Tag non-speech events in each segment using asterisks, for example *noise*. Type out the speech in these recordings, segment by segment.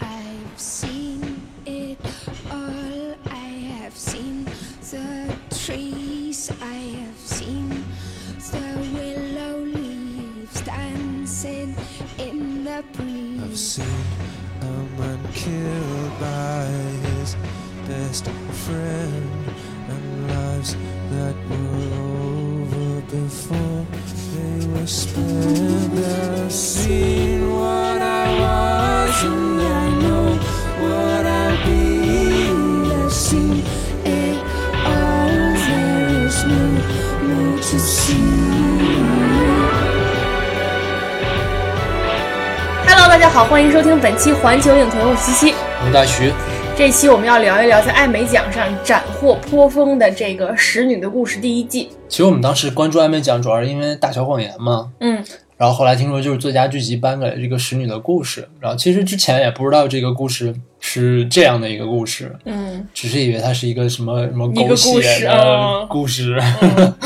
I've seen it all. I have seen the trees. I have seen the willow leaves dancing in the I've breeze. seen a man killed by his best friend, and lives that were over before they were spent. I've seen what I was, and I know what I'll be. I've seen It all there is no more to see. Hello，大家好，欢迎收听本期环球影城，我是西西。吴大徐，这期我们要聊一聊在艾美奖上斩获颇丰的这个《使女的故事》第一季。其实我们当时关注艾美奖，主要是因为《大小谎言》嘛。嗯，然后后来听说就是最佳剧集颁给了这个《使女的故事》，然后其实之前也不知道这个故事是这样的一个故事，嗯，只是以为它是一个什么什么一个狗故事血啊嗯的故事。 *laughs*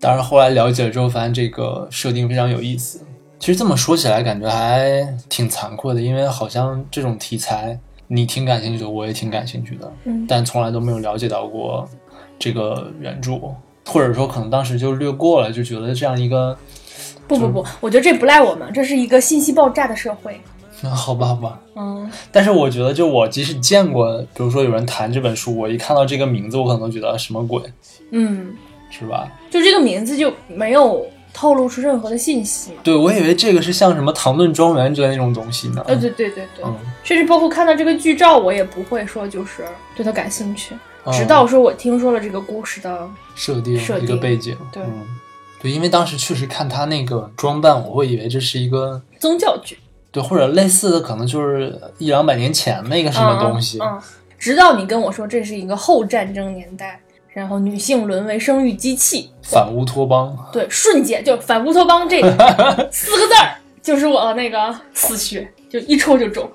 当然后来了解了之后，发现这个设定非常有意思。其实这么说起来，感觉还挺残酷的，因为好像这种题材你挺感兴趣的，我也挺感兴趣的，嗯但从来都没有了解到过这个原著，或者说可能当时就略过了，就觉得这样一个，不不不，嗯我觉得这不赖我们，这是一个信息爆炸的社会。嗯好吧好吧。嗯，但是我觉得，就我即使见过，比如说有人谈这本书，我一看到这个名字，我可能都觉得啊什么鬼，嗯，是吧？就这个名字就没有透露出任何的信息嘛。对，我以为这个是像什么《唐顿庄园》之类那种东西呢。呃，对对对对，嗯，甚至包括看到这个剧照，我也不会说就是对它感兴趣，嗯直到说我听说了这个故事的，设定设定一个背景，对嗯，对，因为当时确实看他那个装扮，我会以为这是一个宗教剧对，或者类似的，可能就是一两百年前的一个什么东西。嗯嗯嗯直到你跟我说这是一个后战争年代，然后女性沦为生育机器，反乌托邦，对，瞬间就反乌托邦这 *laughs* 四个字儿，就是我那个死穴，就一抽就中。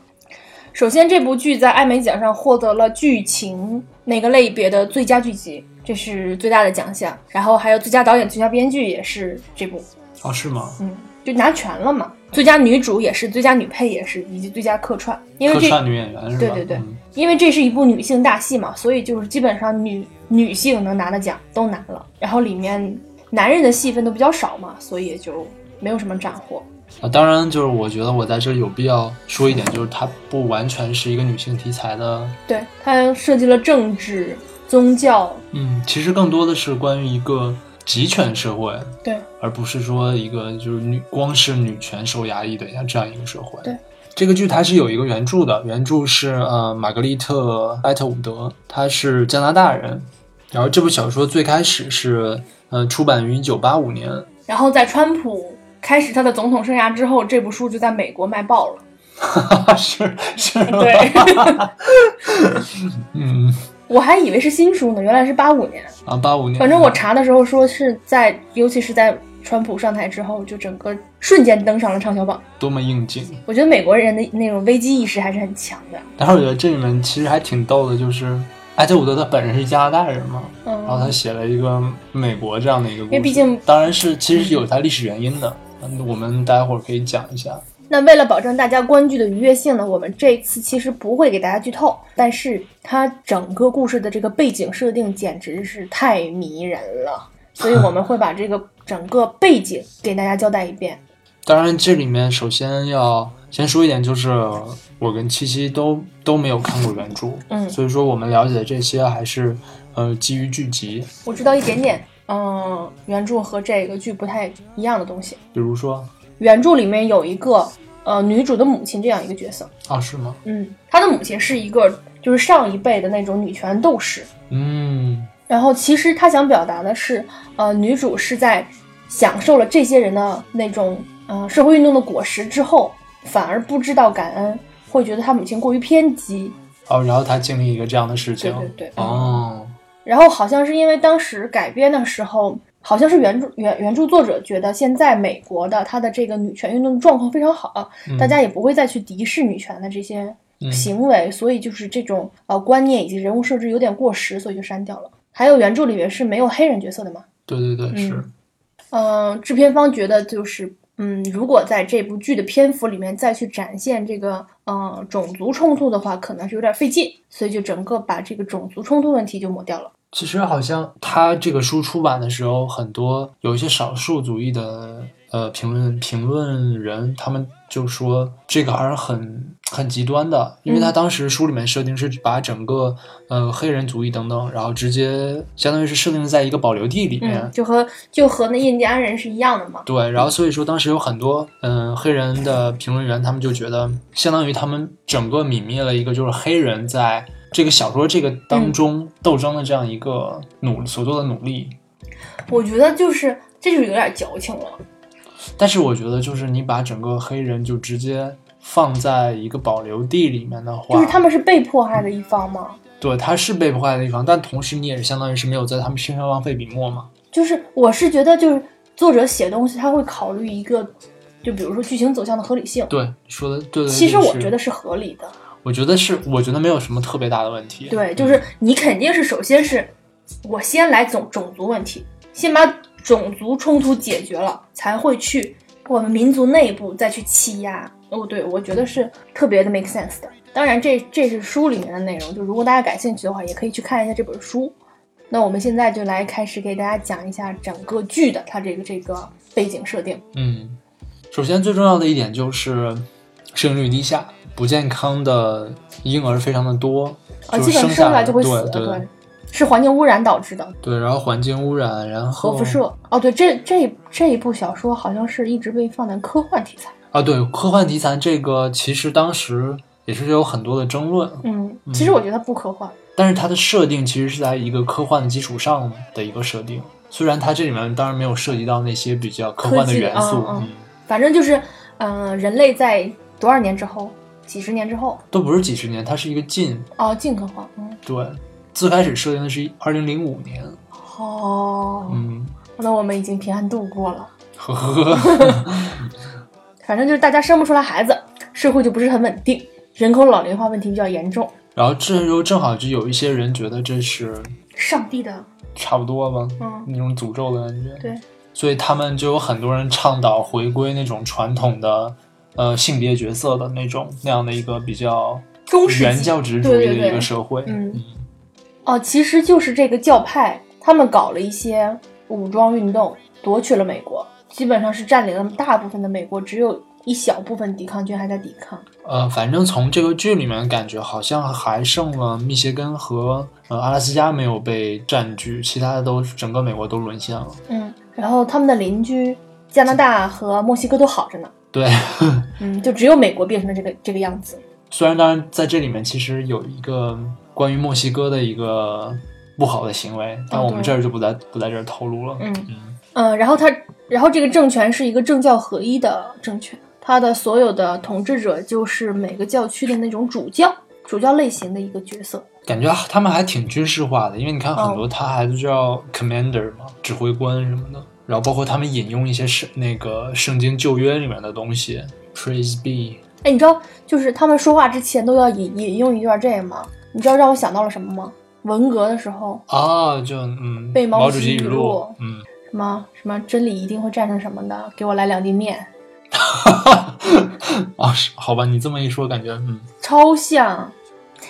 首先，这部剧在艾美奖上获得了剧情那个类别的最佳剧集，这是最大的奖项。然后还有最佳导演、最佳编剧也是这部，哦，是吗？嗯，就拿全了嘛。最佳女主也是，最佳女配也是，以及最佳客串。因为客这串女演员是吧？对对对嗯因为这是一部女性大戏嘛，所以就是基本上女女性能拿的奖都拿了，然后里面男人的戏份都比较少嘛，所以也就没有什么斩获。啊，当然就是我觉得我在这里有必要说一点，就是它不完全是一个女性题材的，对，它涉及了政治、宗教，嗯，其实更多的是关于一个集权社会，对，而不是说一个就是女光是女权受压抑的像这样一个社会。对，这个剧它是有一个原著的，原著是呃玛格丽特·埃特伍德，她是加拿大人。然后这部小说最开始是呃出版于一九八五 *laughs* 年，然后在川普开始他的总统生涯之后，这部书就在美国卖爆了。是 *laughs* 是吗，对，嗯我还以为是新书呢，原来是八五年。啊八五年，反正我查的时候说是在，尤其是在川普上台之后，就整个瞬间登上了畅销榜。多么应景。我觉得美国人的那种危机意识还是很强的。但是我觉得这里面其实还挺逗的，就是埃特伍德他本人是加拿大人嘛，然后哦他嗯，写了一个美国这样的一个故事，因为毕竟当然是其实是有它历史原因的，嗯我们待会儿可以讲一下。那为了保证大家观剧的愉悦性呢，我们这次其实不会给大家剧透，但是它整个故事的这个背景设定简直是太迷人了，所以我们会把这个整个背景给大家交代一遍。当然这里面首先要先说一点，就是我跟七七都都没有看过原著，嗯所以说我们了解的这些还是呃基于剧集，我知道一点点，嗯，原著和这个剧不太一样的东西。比如说原著里面有一个呃女主的母亲这样一个角色，啊是吗？嗯，她的母亲是一个就是上一辈的那种女权斗士，嗯，然后其实她想表达的是，呃，女主是在享受了这些人的那种呃社会运动的果实之后，反而不知道感恩，会觉得她母亲过于偏激。哦，然后他经历一个这样的事情，对对对哦，然后好像是因为当时改编的时候，好像是原著原原著作者觉得现在美国的它的这个女权运动的状况非常好，嗯嗯大家也不会再去敌视女权的这些行为，所以就是这种呃观念以及人物设置有点过时，所以就删掉了。还有原著里面是没有黑人角色的嘛？对对对，是嗯，嗯、制片方觉得就是，嗯，如果在这部剧的篇幅里面再去展现这个，嗯、种族冲突的话，可能是有点费劲，所以就整个把这个种族冲突问题就抹掉了。其实好像他这个书出版的时候，很多有一些少数族裔的呃评论评论人，他们就说这个还是很很极端的，因为他当时书里面设定是把整个呃黑人族裔等等，然后直接相当于是设定在一个保留地里面。嗯，就和就和那印第安人是一样的嘛。对，然后所以说当时有很多嗯、呃黑人的评论员，他们就觉得相当于他们整个泯灭了一个就是黑人在这个小说这个当中斗争的这样一个努所做的努力。我觉得就是这就有点矫情了。但是我觉得，就是你把整个黑人就直接放在一个保留地里面的话，就是他们是被迫害的一方嘛。对他是被迫害的地方，但同时你也是相当于是没有在他们身上浪费笔墨嘛。就是我是觉得，就是作者写东西他会考虑一个，就比如说剧情走向的合理性。对，说的对对。其实就是我觉得，是合理的。我觉得是，我觉得没有什么特别大的问题。嗯对，就是你肯定是首先是，我先来种种族问题，先把种族冲突解决了，才会去我们民族内部再去欺压。哦，对，我觉得是特别的 make sense 的。当然这，这是书里面的内容，就如果大家感兴趣的话，也可以去看一下这本书。那我们现在就来开始给大家讲一下整个剧的它这个这个背景设定。嗯，首先最重要的一点就是生育率低下，不健康的婴儿非常的多，啊，就基是本上下生来就会死，对对对是环境污染导致的。对，然后环境污染，然后核辐射。哦，对，这这这一部小说好像是一直被放在科幻题材。啊，对，科幻题材这个其实当时也是有很多的争论，嗯，其实我觉得它不科幻。但是它的设定其实是在一个科幻的基础上的一个设定，虽然它这里面当然没有涉及到那些比较科幻的元素，科技嗯嗯嗯反正就是，嗯、人类在多少年之后，几十年之后，都不是几十年，它是一个近哦，近科幻。嗯，对。最开始设定的是二零零五年，哦，嗯，那我们已经平安度过了。呵呵 *laughs* 呵，反正就是大家生不出来孩子，社会就不是很稳定，人口老龄化问题比较严重。然后这时候正好就有一些人觉得这是上帝的，差不多吧，嗯，那种诅咒的感觉，对，所以他们就有很多人倡导回归那种传统的，呃，性别角色的那种那样的一个比较中世纪原教旨主义的一个社会。嗯对嗯对对哦，其实就是这个教派，他们搞了一些武装运动，夺取了美国，基本上是占领了大部分的美国，只有一小部分抵抗军还在抵抗。呃，反正从这个剧里面感觉好像还剩了密歇根和呃阿拉斯加没有被占据，其他的都整个美国都沦陷了。嗯，然后他们的邻居加拿大和墨西哥都好着呢，对， *laughs* 嗯，就只有美国变成了这个这个样子。虽然当然在这里面其实有一个关于墨西哥的一个不好的行为，但我们哦对这儿就不在不在这儿透露了。嗯嗯嗯，然后他，然后这个政权是一个政教合一的政权，他的所有的统治者就是每个教区的那种主教，主教类型的一个角色。感觉他们还挺军事化的，因为你看哦很多他还是叫 commander 嘛，指挥官什么的。然后包括他们引用一些圣那个圣经旧约里面的东西，praise be。哎，你知道，就是他们说话之前都要引引用一段这个吗？你知道让我想到了什么吗？文革的时候，啊，就嗯，被毛毛主主席席语语录录，嗯， *laughs* 什么什么真理一定会战胜什么的，给我来两滴面，啊，是好吧，你这么一说，感觉嗯，超像。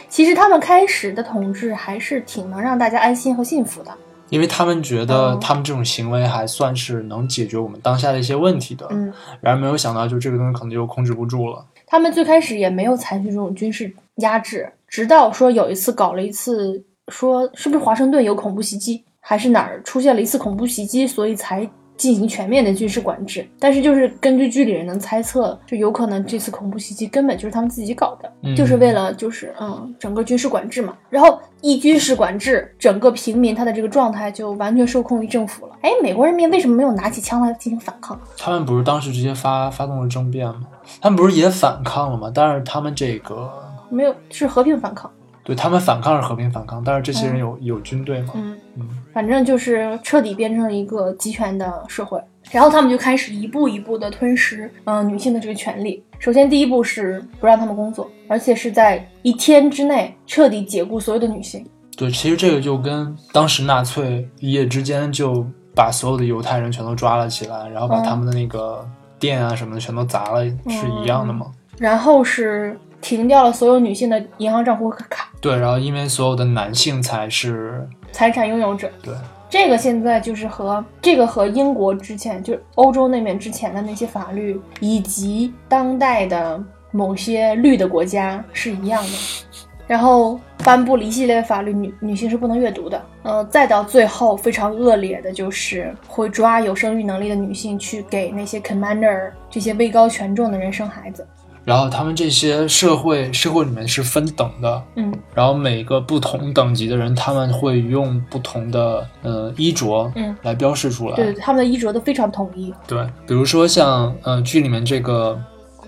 其实他们开始的统治还是挺能让大家安心和幸福的，因为他们觉得哦他们这种行为还算是能解决我们当下的一些问题的，嗯，然而没有想到，就这个东西可能就控制不住了。他们最开始也没有采取这种军事压制，直到说有一次搞了一次，说是不是华盛顿有恐怖袭击，还是哪儿出现了一次恐怖袭击，所以才进行全面的军事管制。但是就是根据剧里人的猜测，就有可能这次恐怖袭击根本就是他们自己搞的，嗯就是为了就是嗯整个军事管制嘛。然后一军事管制，整个平民他的这个状态就完全受控于政府了。哎，美国人民为什么没有拿起枪来进行反抗？他们不是当时直接发发动了政变吗？他们不是也反抗了吗？但是他们这个没有，是和平反抗。对他们反抗是和平反抗，但是这些人有、有军队嘛？嗯嗯，反正就是彻底变成了一个集权的社会。然后他们就开始一步一步的吞食，嗯、女性的这个权利。首先，第一步是不让他们工作，而且是在一天之内彻底解雇所有的女性。对，其实这个就跟当时纳粹一夜之间就把所有的犹太人全都抓了起来，然后把嗯他们的那个店啊什么的全都砸了，是一嗯样的嘛？然后是停掉了所有女性的银行账户和卡，对，然后因为所有的男性才是财产拥有者。对，这个现在就是和这个和英国之前就是欧洲那边之前的那些法律，以及当代的某些绿的国家是一样的。然后颁布了一系列的法律，女女性是不能阅读的。呃，再到最后非常恶劣的就是会抓有生育能力的女性去给那些 commander 这些位高权重的人生孩子。然后他们这些社会社会里面是分等的，嗯然后每个不同等级的人，他们会用不同的呃衣着嗯，来标示出来。对，他们的衣着都非常统一。对，比如说像呃剧里面这个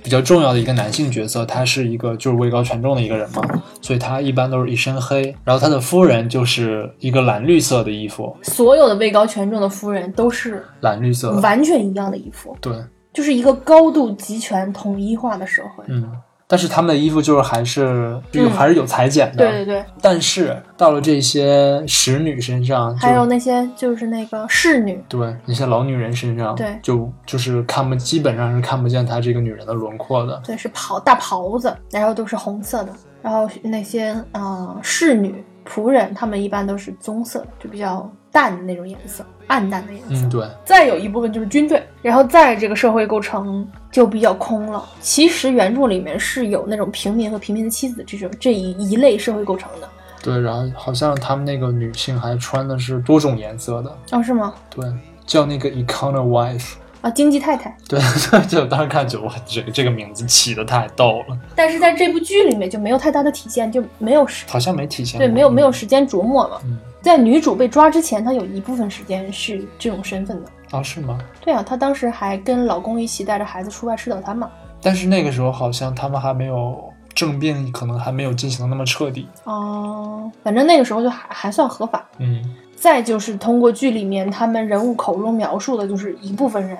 比较重要的一个男性角色，他是一个就是位高权重的一个人嘛，所以他一般都是一身黑，然后他的夫人就是一个蓝绿色的衣服，所有的位高权重的夫人都是蓝绿色的。完全一样的衣服，对，就是一个高度集权统一化的社会。嗯，但是他们的衣服就是还是这个嗯还是有裁剪的。对对对，但是到了这些使女身上，就还有那些就是那个侍女，对那些老女人身上，对就就是看不基本上是看不见她这个女人的轮廓的。对，是袍大袍子，然后都是红色的，然后那些呃侍女仆人，他们一般都是棕色的，就比较淡的那种颜色，暗淡的颜色。嗯，对，再有一部分就是军队，然后再这个社会构成就比较空了。其实原著里面是有那种平民和平民的妻子这种这一一类社会构成的，对，然后好像他们那个女性还穿的是多种颜色的，哦，是吗？对，叫那个 Econo Wife，啊，经济太太。对， *laughs* 就当时看就哇，这个这个名字起的太逗了，但是在这部剧里面就没有太大的体现，就没有时好像没体现对过没有没有时间琢磨嘛。嗯在女主被抓之前，她有一部分时间是这种身份的。啊是吗？对啊，她当时还跟老公一起带着孩子出外吃早餐嘛。但是那个时候好像他们还没有政变，可能还没有进行的那么彻底，哦、反正那个时候就还还算合法。嗯，再就是通过剧里面他们人物口中描述的，就是一部分人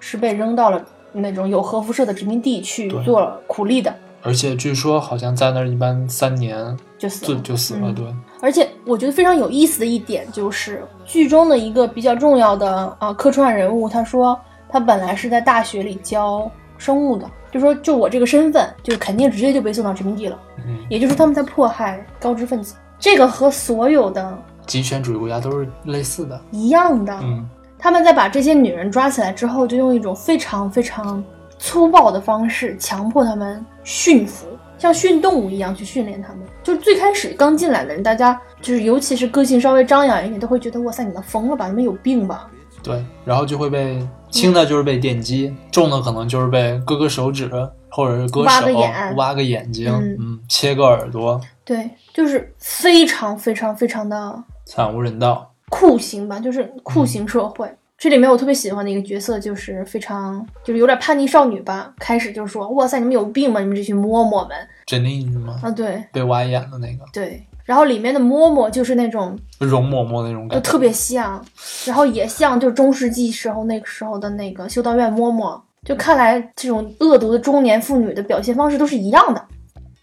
是被扔到了那种有核辐射的殖民地去对做了苦力的，而且据说好像在那儿一般三年就死就了。就死了，嗯对，而且我觉得非常有意思的一点就是，剧中的一个比较重要的啊、呃客串人物，他说他本来是在大学里教生物的，就说就我这个身份，就肯定直接就被送到殖民地了。嗯，也就是他们在迫害高知分子，这个和所有的极权主义国家都是类似的，一样的。嗯，他们在把这些女人抓起来之后，就用一种非常非常粗暴的方式强迫她们驯服，像训动物一样去训练她们。就是最开始刚进来的人，大家就是尤其是个性稍微张扬一点，都会觉得哇塞，你们疯了吧，你们有病吧？对，然后就会被嗯轻的就是被电击，重的可能就是被割个手指，或者是割手、挖个眼挖个眼睛，嗯嗯，切个耳朵，对，就是非常非常非常的惨无人道。酷刑吧，就是酷刑社会。这里面我特别喜欢的一个角色就是非常就是有点叛逆少女吧，开始就说哇塞，你们有病吧，你们这群嬷嬷们珍妮是吗？啊，对被挖眼的那个对。然后里面的嬷嬷就是那种容嬷嬷那种就感觉，特别像，然后也像就是中世纪时候那个时候的那个修道院嬷嬷，就看来这种恶毒的中年妇女的表现方式都是一样的，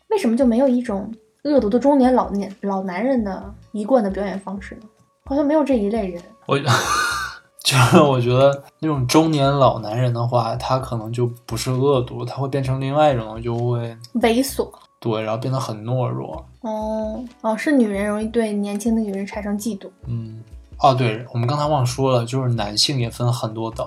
为什么就没有一种恶毒的中年老年老男人的一贯的表演方式呢？好像没有这一类人。我 *laughs* 就是我觉得那种中年老男人的话，他可能就不是恶毒，他会变成另外一种，就会猥琐。对，然后变得很懦弱。哦哦，是女人容易对年轻的女人产生嫉妒。嗯，哦，对，我们刚才忘说了，就是男性也分很多等。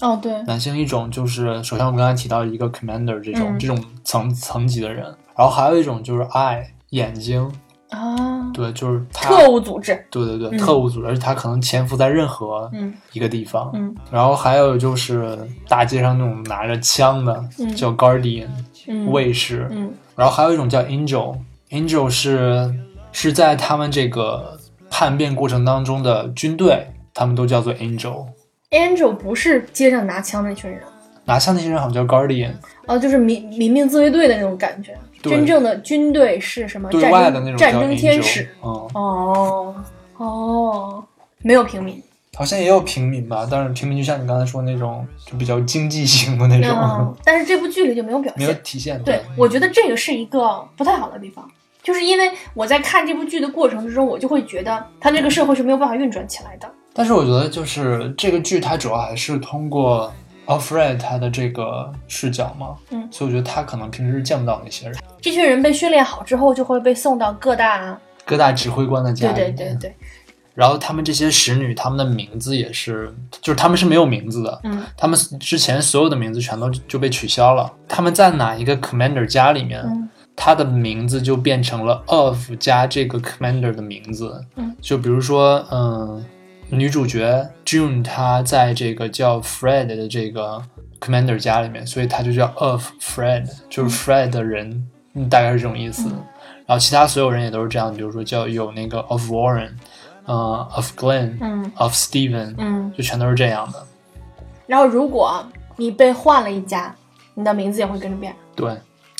哦，对，男性一种就是，首先我们刚才提到一个 commander 这种、嗯这种层层级的人，然后还有一种就是 eye 眼睛，啊，对，就是他，特务组织，对对对，嗯特务组织，而且他可能潜伏在任何嗯一个地方。嗯然后还有就是大街上那种拿着枪的，嗯叫 guardian 嗯，卫士，嗯然后还有一种叫 angel，angel 是是在他们这个叛变过程当中的军队，他们都叫做 angel。 ，Angel 不是街上拿枪那群人，拿下那些人好像叫 guardian，哦，就是民民命自卫队的那种感觉。对真正的军队是什么？对战外的那争种战叫争 angel，天使。嗯，哦哦，没有平民。好像也有平民吧，但是平民就像你刚才说那种，就比较经济型的那种， *laughs* 嗯，但是这部剧里就没有表没有现。体现对，我觉得这个是一个不太好的地方，就是因为我在看这部剧的过程之中，我就会觉得它这个社会是没有办法运转起来的。但是我觉得就是这个剧，它主要还是通过 Alfred 他的这个视角嘛，嗯所以我觉得他可能平时见不到那些人，这群人被训练好之后，就会被送到各大，各大指挥官的家对里对面，对对，然后他们这些使女，他们的名字也是，就是他们是没有名字的，嗯，他们之前所有的名字全都就被取消了。他们在哪一个 commander 家里面，嗯他的名字就变成了 of 加这个 commander 的名字。嗯，就比如说，嗯，女主角 June 她在这个叫 Fred 的这个 commander 家里面，所以她就叫 of Fred，就是 Fred 的人，嗯大概是这种意思。嗯然后其他所有人也都是这样，比如说叫有那个 of Warren，呃，of Glenn，、嗯 of Steven，、嗯。就全都是这样的。然后如果你被换了一家，你的名字也会跟着变。对，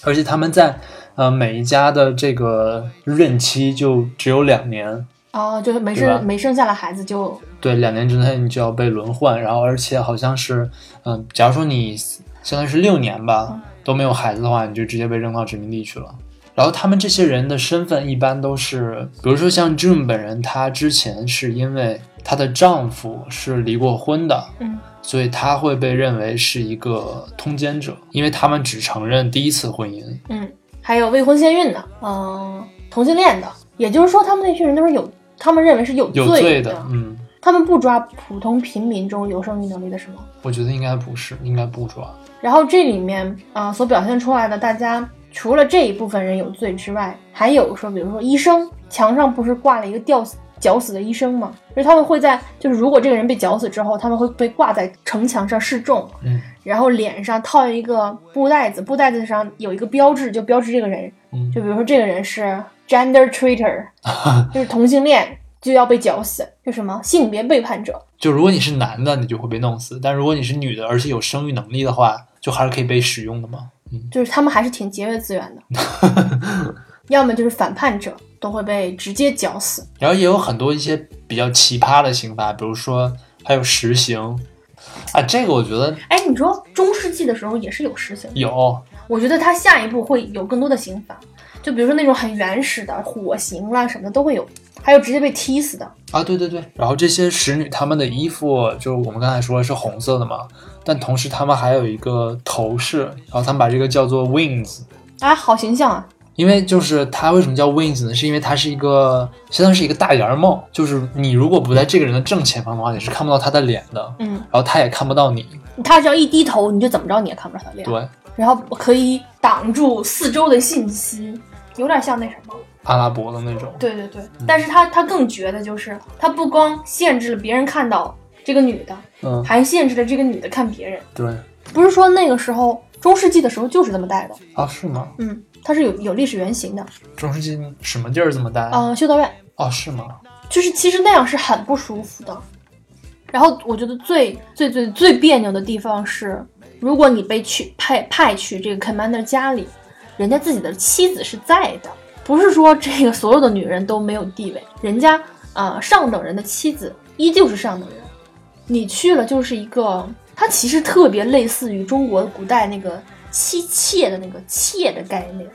而且他们在呃每一家的这个任期就只有两年，哦，就是没对吧生没生下来孩子就对，两年之内你就要被轮换，然后而且好像是，嗯、假如说你相当于是六年吧都没有孩子的话，你就直接被扔到殖民地去了。然后他们这些人的身份一般都是，比如说像 June 本人，她之前是因为她的丈夫是离过婚的，嗯，所以她会被认为是一个通奸者，因为他们只承认第一次婚姻，嗯，还有未婚先孕的，嗯、同性恋的，也就是说，他们那群人都是有，他们认为是有有的，罪的，嗯，他们不抓普通平民中有生育能力的，是吗？我觉得应该不是，应该不抓。然后这里面啊、呃所表现出来的，大家除了这一部分人有罪之外，还有说，比如说医生，墙上不是挂了一个吊死绞死的医生吗？就是他们会在，就是如果这个人被绞死之后，他们会被挂在城墙上示众，嗯然后脸上套一个布袋子，布袋子上有一个标志，就标志这个人嗯就比如说这个人是 gender traitor，就是同性恋，就要被绞死，就什么性别背叛者。 *laughs* 就如果你是男的，你就会被弄死；但如果你是女的，而且有生育能力的话，就还是可以被使用的嘛。嗯，就是他们还是挺节约资源的，要么就是反叛者都会被直接绞死。然后也有很多一些比较奇葩的刑罚，比如说还有实刑啊，这个我觉得哎，你说中世纪的时候也是有实行的，有，我觉得他下一步会有更多的刑罚，就比如说那种很原始的火刑啦什么的都会有，还有直接被踢死的。啊，对对对，然后这些使女她们的衣服，就是我们刚才说的是红色的嘛，但同时她们还有一个头饰，然后她们把这个叫做 wings，啊，好形象啊！因为就是它为什么叫 wings 呢？是因为它是一个相当于是一个大檐帽，就是你如果不在这个人的正前方的话，你是看不到他的脸的，嗯，然后他也看不到你。他只要一低头，你就怎么着你也看不着他脸。对，然后可以挡住四周的信息，有点像那什么。阿拉伯的那种。对对对，但是他他更绝的就是，他不光限制了别人看到这个女的，嗯，还限制了这个女的看别人。对不是说那个时候中世纪的时候就是这么戴的，啊，是吗？嗯，它是有有历史原型的。中世纪什么地儿这么大？嗯、修道院哦，是吗？就是其实那样是很不舒服的。然后我觉得最最最最别扭的地方是，如果你被去派派去这个 commander 家里，人家自己的妻子是在的，不是说这个所有的女人都没有地位，人家呃上等人的妻子依旧是上等人，你去了就是一个，它其实特别类似于中国古代那个妻妾的那个妾的概念，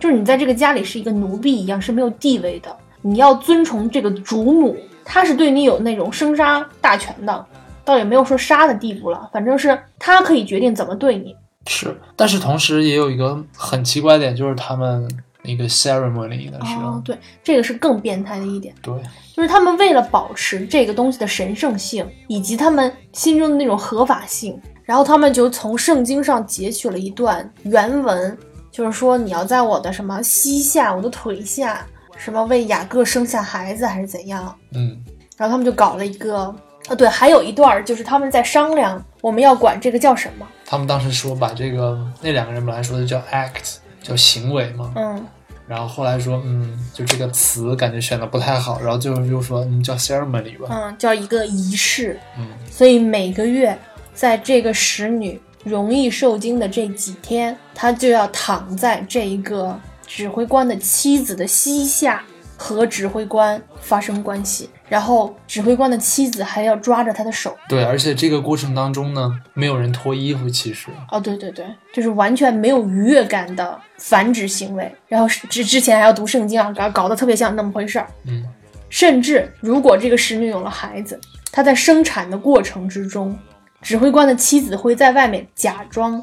就是你在这个家里是一个奴婢一样，是没有地位的。你要遵从这个主母，她是对你有那种生杀大权的，倒也没有说杀的地步了，反正是她可以决定怎么对你。是，但是同时也有一个很奇怪的点，就是他们那个 ceremony 应该是、啊哦，对，这个是更变态的一点，对，就是他们为了保持这个东西的神圣性，以及他们心中的那种合法性，然后他们就从圣经上截取了一段原文，就是说你要在我的什么膝下，我的腿下，什么为雅各生下孩子还是怎样，嗯，然后他们就搞了一个，呃，对，还有一段儿就是他们在商量我们要管这个叫什么，他们当时说把这个那两个人本来说的叫 act，叫行为嘛，嗯，然后后来说，嗯，就这个词感觉选的不太好，然后最后又说，嗯，叫 ceremony 吧，嗯，叫一个仪式，嗯，所以每个月在这个使女容易受精的这几天，她就要躺在这一个指挥官的妻子的膝下和指挥官发生关系，然后指挥官的妻子还要抓着他的手。对，而且这个过程当中呢，没有人脱衣服，其实哦，对对对，就是完全没有愉悦感的繁殖行为。然后是之之前还要读圣经啊，搞搞得特别像那么回事儿。嗯，甚至如果这个使女有了孩子，她在生产的过程之中，指挥官的妻子会在外面假装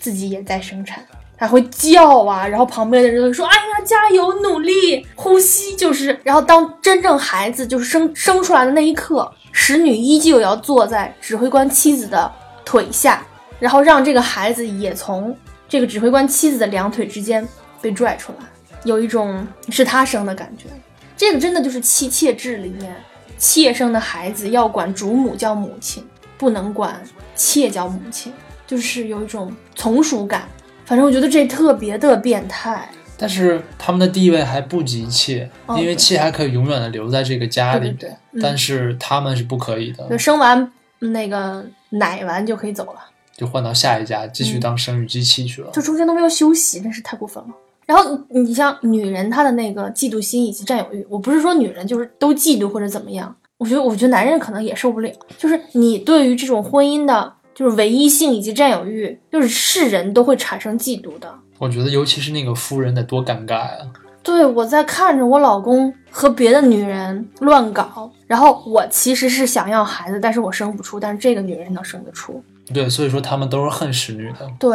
自己也在生产。还会叫啊，然后旁边的人都会说：“哎呀，加油，努力，呼吸就是。”然后当真正孩子就是生生出来的那一刻，使女依旧要坐在指挥官妻子的腿下，然后让这个孩子也从这个指挥官妻子的两腿之间被拽出来，有一种是他生的感觉。这个真的就是《妻妾制》里面，妾生的孩子要管主母叫母亲，不能管妾叫母亲，就是有一种从属感。反正我觉得这特别的变态。但是他们的地位还不及妾，哦因对为妾还可以永远的留在这个家对里对面，对，嗯但是他们是不可以的就，生完那个奶完就可以走了，就换到下一家继续嗯当生育机器去了。就中间都没有休息，真是太过分了。然后你你像女人她的那个嫉妒心以及占有欲，我不是说女人就是都嫉妒或者怎么样，我觉得我觉得男人可能也受不了，就是你对于这种婚姻的就是唯一性以及占有欲，就是是人都会产生嫉妒的。我觉得尤其是那个夫人得多尴尬啊呀、对，我在看着我老公和别的女人乱搞，然后我其实是想要孩子，但是我生不出，但是这个女人能生得出。对，所以说他们都是恨使女的，对，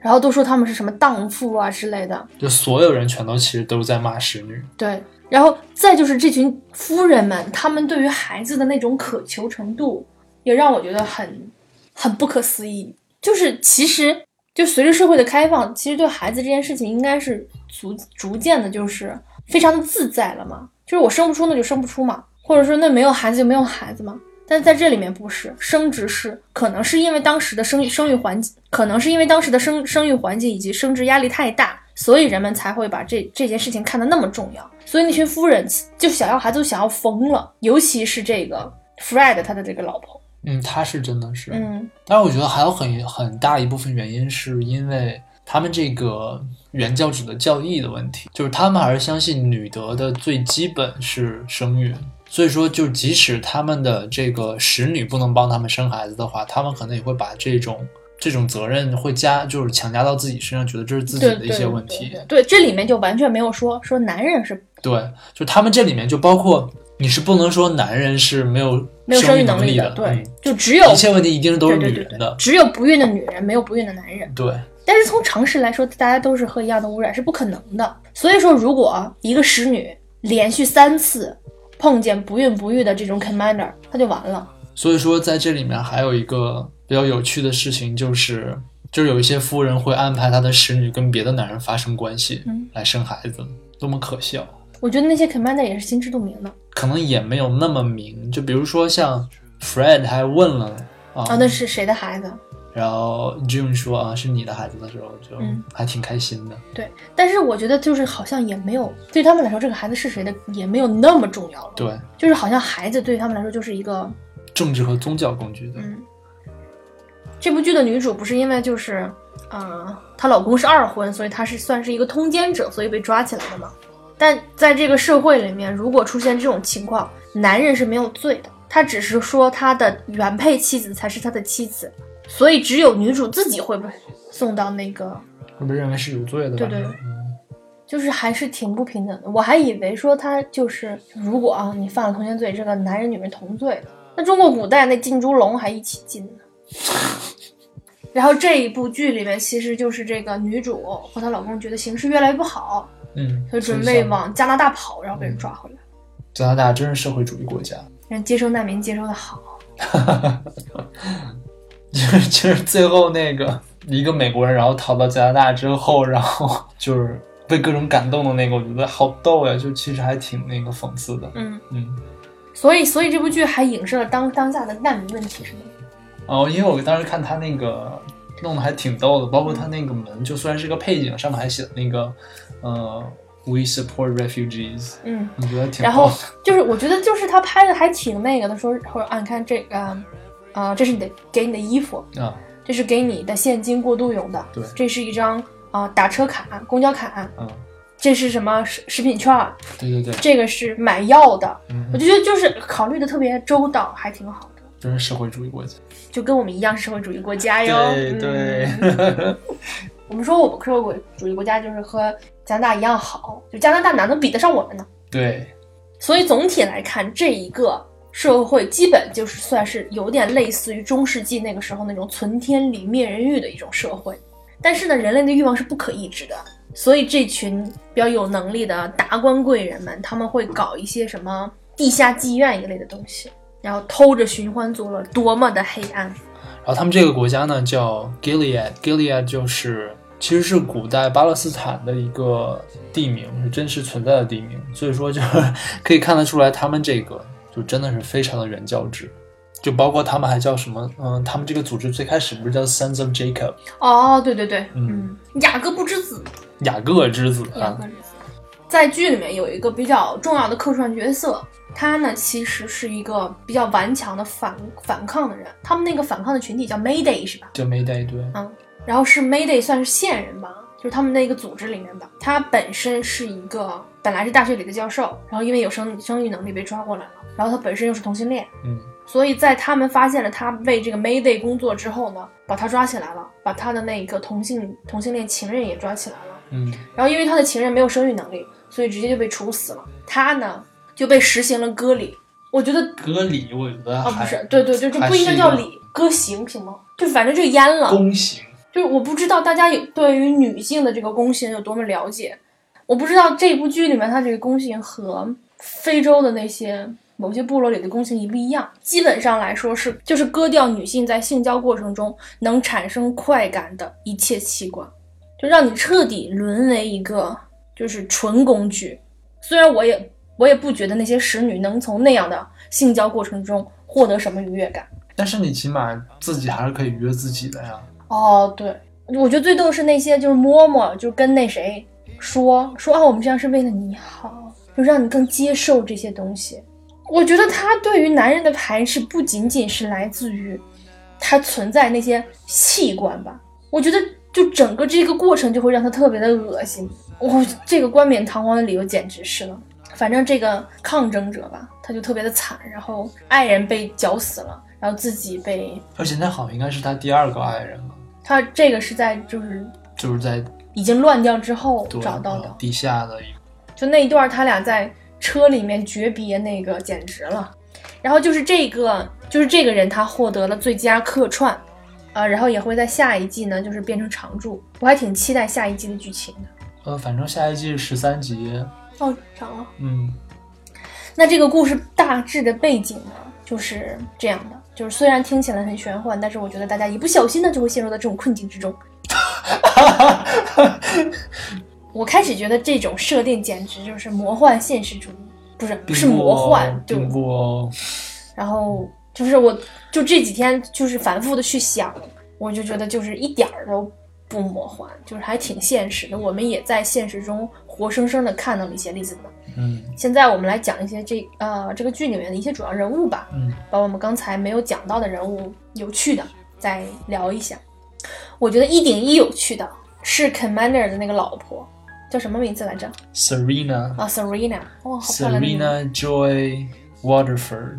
然后都说他们是什么荡妇啊之类的。就所有人全都其实都在骂使女。对，然后再就是这群夫人们，她们对于孩子的那种渴求程度，也让我觉得很很不可思议。就是其实就随着社会的开放，其实对孩子这件事情应该是逐逐渐的，就是非常的自在了嘛。就是我生不出那就生不出嘛，或者说那没有孩子就没有孩子嘛。但是在这里面不是，生殖是可能是因为当时的生育生育环境，可能是因为当时的生生育环境以及生殖压力太大，所以人们才会把这这件事情看得那么重要。所以那群夫人就想要孩子，都想要疯了，尤其是这个 Fred 他的这个老婆，嗯，她是真的是，嗯，但是我觉得还有很很大一部分原因是因为他们这个原教旨的教义的问题，就是他们还是相信女德的最基本是生育，所以说就即使他们的这个使女不能帮他们生孩子的话，他们可能也会把这种这种责任会加就是强加到自己身上，觉得这是自己对的对一些问题。对对对，这里面就完全没有说说男人是对，就他们这里面就包括你是不能说男人是没有没有生生育能力的，对，嗯就只有一切问题一定都是女对人对对的对，，只有不孕的女人，没有不孕的男人。对但是从常识来说，大家都是喝一样的污染是不可能的。所以说，如果一个使女连续三次碰见不孕不育的这种 commander，她就完了。所以说在这里面还有一个比较有趣的事情就是。就是有一些夫人会安排她的使女跟别的男人发生关系嗯来生孩子，多么可笑！我觉得那些 commander 也是心知肚明的可能也没有那么明。就比如说像 Fred 还问了啊，啊，那是谁的孩子？然后 June 说啊是你的孩子的时候，就嗯还挺开心的。对，但是我觉得就是好像也没有对他们来说，这个孩子是谁的也没有那么重要了。对，就是好像孩子对他们来说就是一个政治和宗教工具的，嗯，这部剧的女主不是因为就是，呃，她老公是二婚，所以她是算是一个通奸者，所以被抓起来的嘛。但在这个社会里面，如果出现这种情况，男人是没有罪的，他只是说他的原配妻子才是他的妻子，所以只有女主自己会被送到那个会被认为是有罪的吧。对对对嗯就是还是挺不平等的。我还以为说他就是，如果啊你犯了通奸罪，这个男人女人同罪的。那中国古代那浸猪笼还一起进呢。然后这一部剧里面，其实就是这个女主和她老公觉得形势越来越不好，嗯，就准所以备像往加拿大跑，然后被人抓回来。加拿大真是社会主义国家，人接收难民接收的好，就是 *laughs* 就是最后那个一个美国人，然后逃到加拿大之后，然后 *laughs* 就是被各种感动的那个，我觉得好逗呀，就其实还挺那个讽刺的。嗯，嗯，所以所以这部剧还影射了当当下的难民问题，是吗？哦，因为我当时看他那个弄得还挺逗的，包括他那个门，就虽然是个配景，上面还写的那个，呃，We support refugees，嗯。我觉得挺然逗后的。就是我觉得就是他拍的还挺那个的，说说啊，你看这个，啊、这是你的给你的衣服，啊，这是给你的现金过渡用的，对这是一张啊、打车卡、公交卡，嗯，这是什么食食品券儿，对对对，这个是买药的，我嗯，就觉得就是考虑的特别周到，还挺好的，真是社会主义国家。就跟我们一样是社会主义国家哟。对嗯对，我们说我们社会主义国家就是和加拿大一样好，就加拿大哪能比得上我们呢？ *laughs* 对，所以总体来看，这一个社会基本就是算是有点类似于中世纪那个时候那种存天理灭人欲的一种社会。但是呢，人类的欲望是不可抑制的，所以这群比较有能力的达官贵人们，他们会搞一些什么地下妓院一类的东西，然后偷着寻欢作乐，多么的黑暗！然后他们这个国家呢叫 Gilead，Gilead 就是其实是古代巴勒斯坦的一个地名，是真实存在的地名，所以说就是可以看得出来，他们这个就真的是非常的原教旨。就包括他们还叫什么，嗯，他们这个组织最开始不是叫 Sons of Jacob，哦，对对对，嗯，雅各布之子，雅各之子雅啊各，之子，在剧里面有一个比较重要的客串角色，他呢其实是一个比较顽强的反反抗的人。他们那个反抗的群体叫 Mayday 是吧？就没带一堆，嗯，然后是 Mayday 算是线人吧，就是他们那个组织里面吧。他本身是一个本来是大学里的教授，然后因为有生生育能力被抓过来了，然后他本身又是同性恋，嗯，所以在他们发现了他为这个 Mayday 工作之后呢，把他抓起来了，把他的那个同性同性恋情人也抓起来了。嗯，然后因为他的情人没有生育能力，所以直接就被处死了。他呢就被实行了割礼。我觉得割礼我觉得啊，还不是，对对对，这不应该叫礼，割刑行吗？就反正就阉了。宫刑，就是我不知道大家有对于女性的这个宫刑有多么了解，我不知道这部剧里面它这个宫刑和非洲的那些某些部落里的宫刑一不一样。基本上来说是就是割掉女性在性交过程中能产生快感的一切器官，就让你彻底沦为一个就是纯工具。虽然我也我也不觉得那些使女能从那样的性交过程中获得什么愉悦感。但是你起码自己还是可以约自己的呀，哦，对，我觉得最逗是那些就是摸摸，就跟那谁说说啊，我们这样是为了你好，就让你更接受这些东西。我觉得他对于男人的排斥不仅仅是来自于他存在那些器官吧，我觉得就整个这个过程就会让他特别的恶心。我、这个冠冕堂皇的理由简直是了。反正这个抗争者吧，他就特别的惨，然后爱人被绞死了，然后自己被而且那好像应该是他第二个爱人了，他这个是在就是就是在已经乱掉之后对找到呃的，地下的一个，就那一段他俩在车里面诀别，那个简直了。然后就是这个，就是这个人他获得了最佳客串，啊、然后也会在下一季呢，就是变成常驻。我还挺期待下一季的剧情的。呃，反正下一季是十三集，哦，长了。嗯，那这个故事大致的背景呢，就是这样的。就是虽然听起来很玄幻，但是我觉得大家一不小心呢，就会陷入到这种困境之中。我开始觉得这种设定简直就是魔幻现实主义，不是不并是不魔幻，就并不哦，然后就是我就这几天就是反复的去想，我就觉得就是一点儿都不魔幻，就是还挺现实的。我们也在现实中活生生的看到了一些例子呢。嗯现在我们来讲一些这呃这个剧里面的一些主要人物吧，嗯，把我们刚才没有讲到的人物有趣的再聊一下。我觉得一顶一有趣的是 Commander 的那个老婆叫什么名字来着？ Serena 啊，Serena，哇、好漂亮的名字！ Serena Joy Waterford，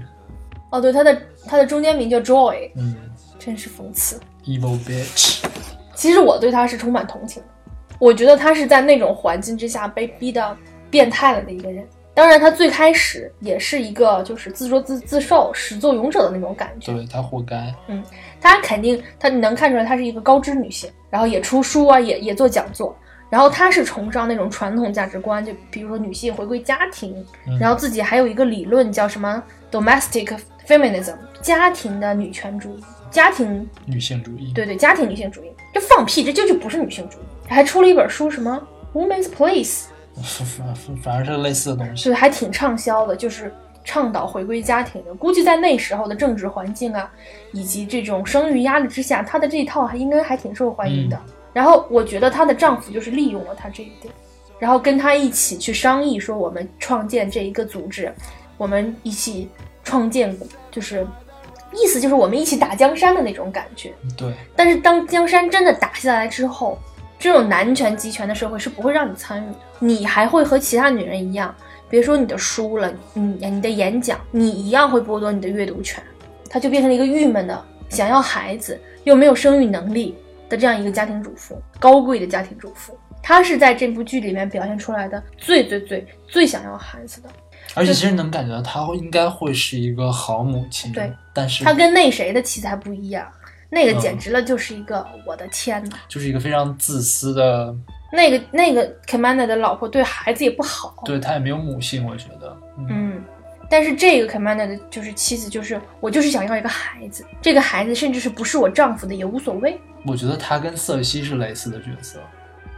哦，对，她的她的中间名叫 Joy，嗯真是讽刺。 ，Evil Bitch，其实我对她是充满同情的，我觉得她是在那种环境之下被逼的变态了的一个人。当然，她最开始也是一个就是自作自自受、始作俑者的那种感觉。对他活该，她肯定，她你能看出来，她是一个高知女性，然后也出书啊，也也做讲座。然后她是崇尚那种传统价值观，就比如说女性回归家庭，嗯然后自己还有一个理论叫什么 domestic feminism，家庭的女权主义，家庭女性主义，对对，家庭女性主义，这放屁，这就就不是女性主义。还出了一本书，什么 Woman's Place，反反反反正是类似的东西，就是还挺畅销的，就是倡导回归家庭的。估计在那时候的政治环境啊，以及这种生育压力之下，她的这一套还应该还挺受欢迎的。然后我觉得她的丈夫就是利用了她这一点，然后跟她一起去商议说，我们创建这一个组织，我们一起创建，就是意思就是我们一起打江山的那种感觉。对，但是当江山真的打下来之后，这种男权集权的社会是不会让你参与的，你还会和其他女人一样，别说你的书了，你你的演讲，你一样会剥夺你的阅读权，她就变成了一个郁闷的，想要孩子又没有生育能力的这样一个家庭主妇，高贵的家庭主妇。她是在这部剧里面表现出来的最最最最想要孩子的。而且其实能感觉到她会应该会是一个好母亲，对，但是她跟那谁的妻子还不一样，那个嗯简直了就是一个、我的天哪！就是一个非常自私的，那个那个 Commander 的老婆对孩子也不好，对她也没有母性，我觉得，嗯，嗯，但是这个 Commander 的就是妻子，就是我就是想要一个孩子，这个孩子甚至是不是我丈夫的也无所谓。我觉得她跟瑟西是类似的角色，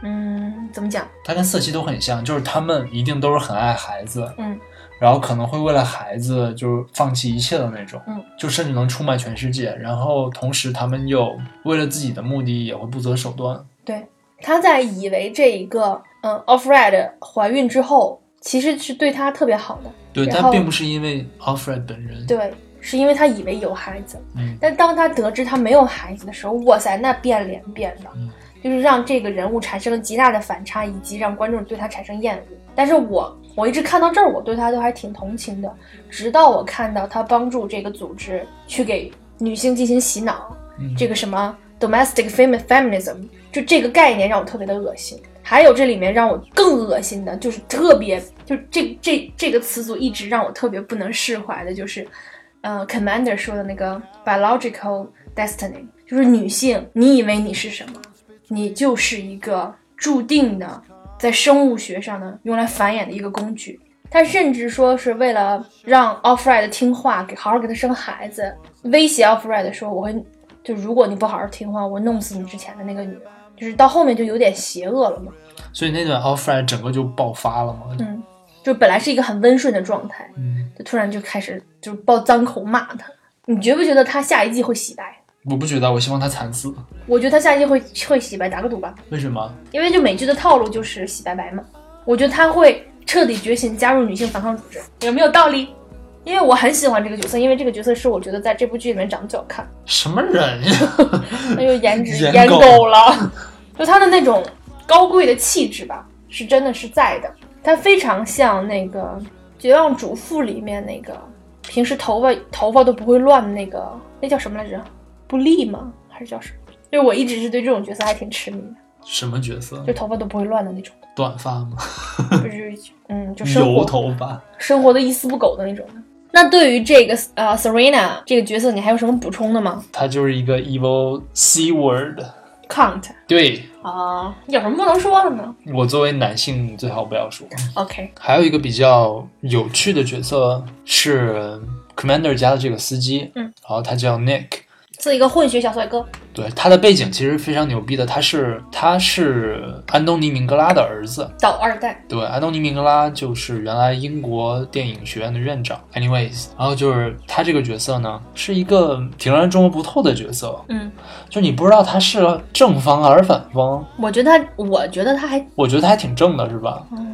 嗯，怎么讲？她跟瑟西都很像，就是他们一定都是很爱孩子，嗯，然后可能会为了孩子就是放弃一切的那种，嗯，就甚至能出卖全世界，然后同时他们又为了自己的目的也会不择手段，对，他在以为这一个嗯 Offred 怀孕之后，其实是对她特别好的，对，然但后并不是因为 Alfred 本人，对，是因为他以为有孩子，嗯，但当他得知他没有孩子的时候，哇塞，那变脸变的嗯，就是让这个人物产生了极大的反差，以及让观众对他产生厌恶。但是我我一直看到这儿，我对他都还挺同情的，直到我看到他帮助这个组织去给女性进行洗脑，嗯这个什么 domestic femi- feminism，就这个概念让我特别的恶心。还有这里面让我更恶心的就是特别，就这这这个词组一直让我特别不能释怀的，就是，呃，Commander 说的那个 biological destiny，就是女性，你以为你是什么？你就是一个注定的，在生物学上呢用来繁衍的一个工具。他甚至说是为了让 Alfred 听话，给好好给他生孩子，威胁 Alfred 说我会就如果你不好好听话，我弄死你之前的那个女人，就是到后面就有点邪恶了嘛。所以那段 Alfred 整个就爆发了嘛，嗯，就本来是一个很温顺的状态，嗯，就突然就开始就是爆脏口骂他。你觉不觉得他下一季会洗白？我不觉得，我希望他惨死，我觉得他下一季会会洗白，打个赌吧，为什么？因为就美剧的套路就是洗白白嘛。我觉得他会彻底觉醒，加入女性反抗组织，有没有道理？因为我很喜欢这个角色，因为这个角色是我觉得在这部剧里面长得最好看。什么人呀？ *laughs* 那就哎颜值颜颜狗狗了， *laughs* 就他的那种高贵的气质吧，是真的是在的。他非常像那个《绝望主妇》里面那个平时头发头发都不会乱的那个，那叫什么来着？布利吗？还是叫什么？就我一直是对这种角色还挺痴迷的，什么角色就？头发都不会乱的 *laughs* 那种，短发吗？就是嗯，就生活油头发。生活的一丝不苟的那种。那对于这个呃 Serena 这个角色，你还有什么补充的吗他就是一个 evil c word。 ？Count 对啊、有什么不能说的呢我作为男性，你最好不要说。 ？OK，还有一个比较有趣的角色是 Commander 家的这个司机，嗯，然后他叫 Nick。是一个混血小帅哥。对他的背景其实非常牛逼的，他是他是安东尼·明格拉的儿子，倒二代，对，安东尼·明格拉就是原来英国电影学院的院长。Anyways，然后就是他这个角色呢，是一个挺让人捉摸不透的角色，嗯，就你不知道他是正方还是反方。我觉得他，我觉得他还，我觉得他还挺正的，是吧？哦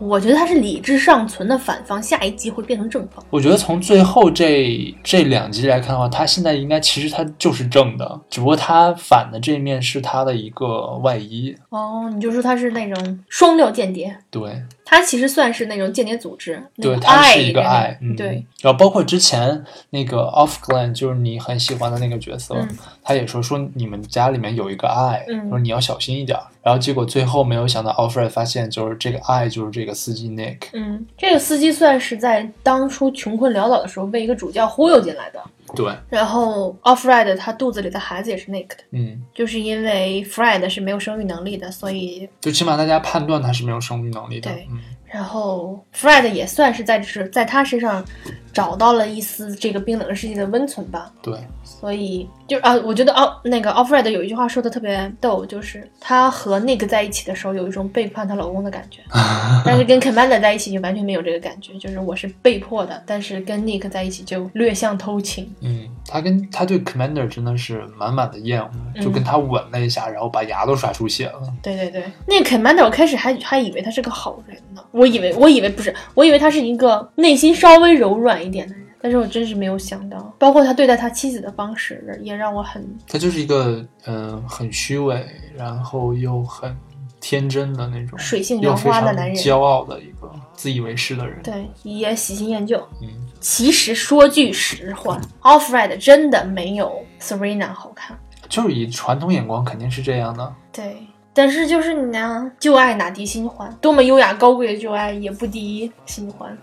我觉得他是理智尚存的反方，下一季会变成正方。我觉得从最后这这两集来看的话，他现在应该其实他就是正的，只不过他反的这一面是他的一个外衣。哦，你就说他是那种双料间谍，对，他其实算是那种间谍组织，那对，个他是里一个面的爱，嗯，对，。然后包括之前那个 Off Glen，就是你很喜欢的那个角色，嗯他也说说你们家里面有一个爱，嗯说你要小心一点儿。然后结果最后没有想到 Alfred 发现就是这个爱就是这个司机 Nick，嗯，这个司机算是在当初穷困潦倒的时候被一个主教忽悠进来的。对，然后 Offred 他肚子里的孩子也是 Nick 的，嗯，就是因为 Fred 是没有生育能力的，所以就起码大家判断他是没有生育能力的，对嗯。然后 Fred 也算是在是在他身上找到了一丝这个冰冷世界的温存吧。对， *laughs* 所以就啊，我觉得奥那个 Alfred 有一句话说的特别逗，就是她和 Nick 在一起的时候有一种背叛她老公的感觉，嗯但是跟 Commander 在一起就完全没有这个感觉，就是我是被迫的，但是跟 Nick 在一起就略像偷情。嗯，他跟他对 Commander 真的是满满的厌恶，就跟他吻了一下，然后把牙都刷出血了。对对对，那个 Commander 我开始还还以为他是个好人呢，我以为我以为不是，我以为他是一个内心稍微柔软一点的人，但是我真是没有想到，包括他对待他妻子的方式也让我很他就是一个嗯、呃很虚伪，然后又很天真的那种，水性又杨非花常的男人，骄傲的一个自以为是的人。对，也喜新厌旧。嗯，其实说句实话，Alfred 真的没有 Serena 好看。就是以传统眼光肯定是这样的。对，但是就是你呢，就爱哪敌新欢，多么优雅高贵的旧爱也不敌新欢。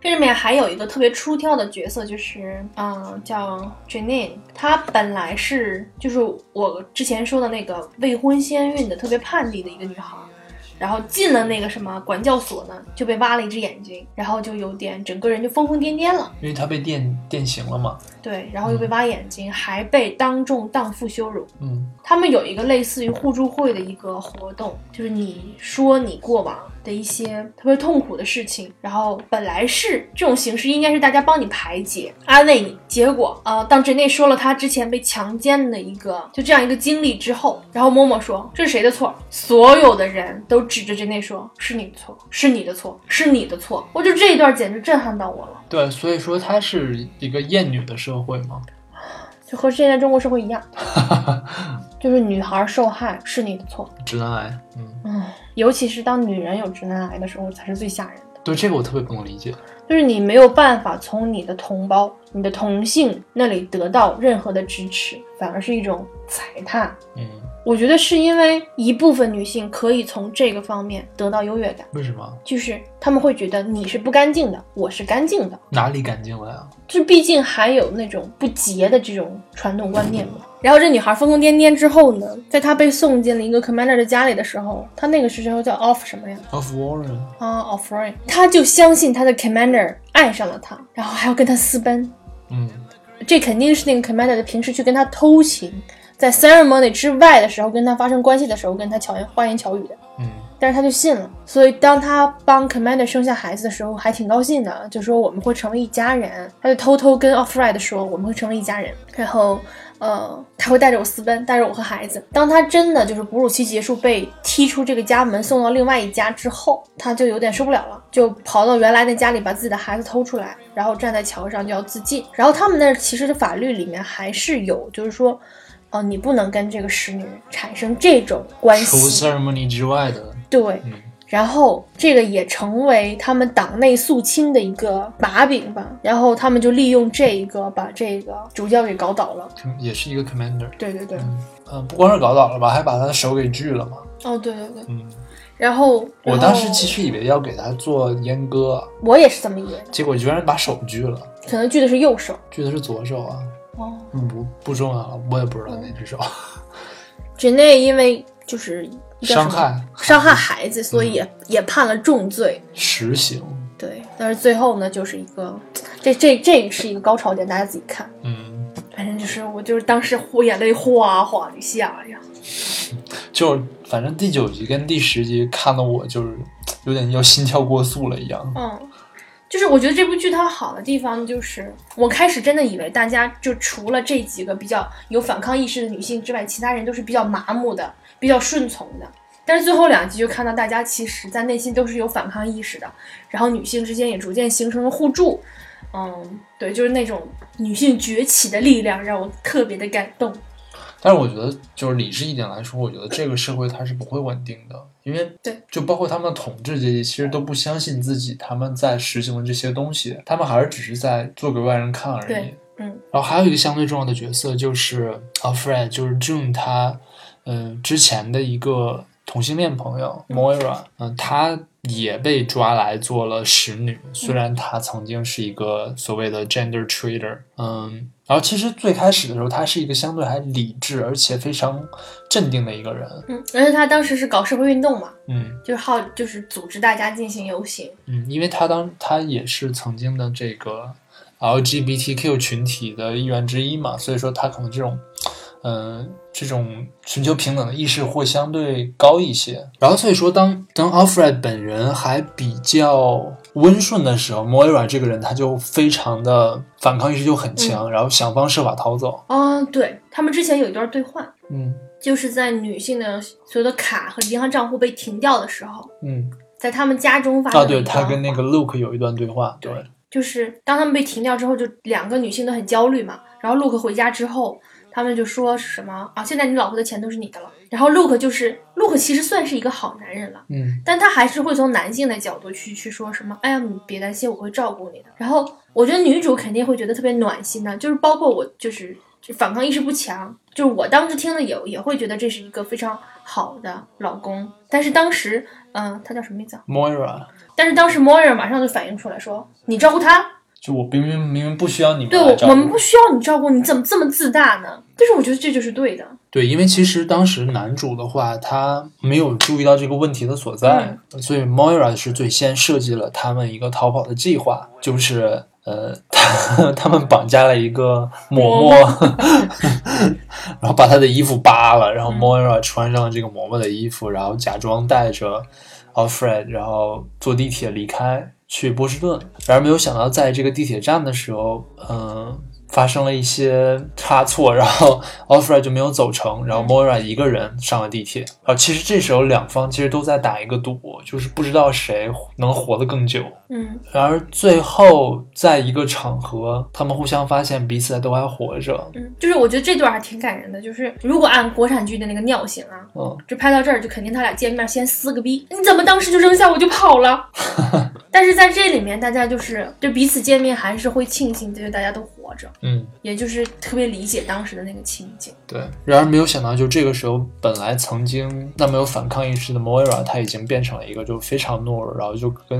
这里面还有一个特别出挑的角色，就是嗯，叫 Janine，她本来是就是我之前说的那个未婚先孕的特别叛逆的一个女孩。然后进了那个什么管教所呢，就被挖了一只眼睛，然后就有点整个人就疯疯癫癫了。因为他被电电刑了嘛，对，然后又被挖眼睛，还被当众荡妇羞辱。嗯，他们有一个类似于互助会的一个活动，就是你说你过往的一些特别痛苦的事情，然后本来是这种形式应该是大家帮你排解、安慰你，结果呃，当真内说了他之前被强奸的一个就这样一个经历之后，然后默默说这是谁的错？所有的人都指着真内说是你的错，是你的错，是你的错。我就这一段简直震撼到我了，对，所以说他是一个厌女的社会嘛，就和现在中国社会一样，就是女孩受害是你的错。直男癌。嗯，唉，尤其是当女人有直男癌的时候，才是最吓人的。对，这个我特别不能理解。就是你没有办法从你的同胞、你的同性那里得到任何的支持，反而是一种踩踏。嗯，我觉得是因为一部分女性可以从这个方面得到优越感，为什么？就是她们会觉得你是不干净的，我是干净的。哪里干净了呀？就是毕竟还有那种不洁的这种传统观念嘛。然后这女孩疯疯癫癫之后呢，在她被送进了一个 commander 的家里的时候，她那个时候叫 off 什么呀？ Of Warren，啊 o f f r i n 他就相信他的 commander 爱上了他，然后还要跟他私奔，嗯，这肯定是那个 commander 的平时去跟他偷情，在 ceremony 之外的时候跟他发生关系的时候跟他巧言花言巧语的，嗯，但是他就信了，所以当他帮 commander 生下孩子的时候还挺高兴的，就说我们会成为一家人，他就偷偷跟 Offred 说我们会成为一家人，然后。呃，他会带着我私奔，带着我和孩子。当他真的就是哺乳期结束，被踢出这个家门，送到另外一家之后，他就有点受不了了，就跑到原来的家里，把自己的孩子偷出来，然后站在桥上就要自尽。然后他们那儿其实的法律里面还是有，就是说，哦、你不能跟这个使女产生这种关除系， ceremony 之外的，对。嗯然后这个也成为他们党内肃清的一个把柄吧。然后他们就利用这一个把这个主教给搞倒了。 ，com- 嗯也是一个 commander。对对对，嗯，不光是搞倒了吧，还把他的手给锯了嘛。哦对对对。嗯，然后我当时其实实以为要给他做阉割，啊我也是这么以为的，结果居然把手锯了，可能锯的是右手。锯的是左手啊。哦，嗯不不重要了，我也不知道那只手。 *laughs* 指内因为就是叫什么伤害嗯伤害孩子，所以也、也判了重罪。实行，对，但是最后呢，就是一个，这这这是一个高潮点，大家自己看。嗯，反正就是我就是当时我眼泪哗哗的下呀。就反正第九集跟第十集看的我就是有点要心跳过速了一样。嗯，就是我觉得这部剧它好的地方，就是我开始真的以为大家就除了这几个比较有反抗意识的女性之外，其他人都是比较麻木的、比较顺从的。但是最后两集就看到大家其实，在内心都是有反抗意识的，然后女性之间也逐渐形成了互助。嗯，对，就是那种女性崛起的力量让我特别的感动。但是我觉得，就是理智一点来说，我觉得这个社会它是不会稳定的，因为对，就包括他们的统治阶级，其实都不相信自己他们在实行的这些东西，他们还是只是在做给外人看而已对。嗯，然后还有一个相对重要的角色就是 Alfred，就是 June 他，嗯、之前的一个同性恋朋友 Moira，嗯、他也被抓来做了使女，虽然他曾经是一个所谓的 gender traitor，嗯，然后其实最开始的时候，他是一个相对还理智而且非常镇定的一个人，嗯，而且他当时是搞社会运动嘛，嗯就是好就是组织大家进行游行。嗯，因为他当他也是曾经的这个 LGBTQ 群体的一员之一嘛，所以说他可能这种，嗯、这种寻求平等的意识会相对高一些。然后所以说当，当 Alfred 本人还比较温顺的时候，Moira 这个人他就非常的反抗意识就很嗯强，然后想方设法逃走。哦，对他们之前有一段对话，嗯就是在女性的所有的卡和银行账户被停掉的时候，嗯，在他们家中发生啊，的对一段他跟那个 Luke 有一段对话，对，就是当他们被停掉之后，就两个女性都很焦虑嘛。然后 Luke 回家之后，他们就说是什么啊？现在你老婆的钱都是你的了。然后 Luke 就是 Luke，其实算是一个好男人了。嗯，但他还是会从男性的角度去去说什么，哎呀，你别担心，我会照顾你的。然后我觉得女主肯定会觉得特别暖心的，就是包括我，就是就反抗意识不强，就是我当时听了也也会觉得这是一个非常好的老公。但是当时，嗯、他叫什么名字啊？ ，Moira，但是当时 Moira 马上就反应出来说，你照顾他，就我明明明明不需要你们对来我啊照顾我们不需要你照顾，你怎么这么自大呢？但是我觉得这就是对的，对，因为其实当时男主的话，他没有注意到这个问题的所在，所以 Moira 是最先设计了他们一个逃跑的计划，就是呃， *laughs* 他他们绑架了一个嬷嬷，然后把她的衣服扒了，然后嗯 Moira 穿上了这个嬷嬷的衣服，然后假装带着 Alfred，然后坐地铁离开去波士顿。然而没有想到，在这个地铁站的时候，嗯、发生了一些差错， *laughs* 然后 Alfred 就没有走成，然后 Moira 一个人上了地铁。啊，其实这时候两方其实都在打一个赌博，就是不知道谁能活得更久。嗯然而最后，在一个场合，他们互相发现彼此都还活着。嗯，就是我觉得这段还挺感人的，就是如果按国产剧的那个尿性啊，嗯，这拍到这儿就肯定他俩见面先撕个逼，你怎么当时就扔下我就跑了？ *laughs* 但是在这里面，大家就是就彼此见面还是会庆幸，就是大家都活着，嗯，也就是特别理解当时的那个情景。对。然而没有想到，就这个时候，本来曾经那么有反抗意识的 Moira，她已经变成了一个就非常懦弱，然后就跟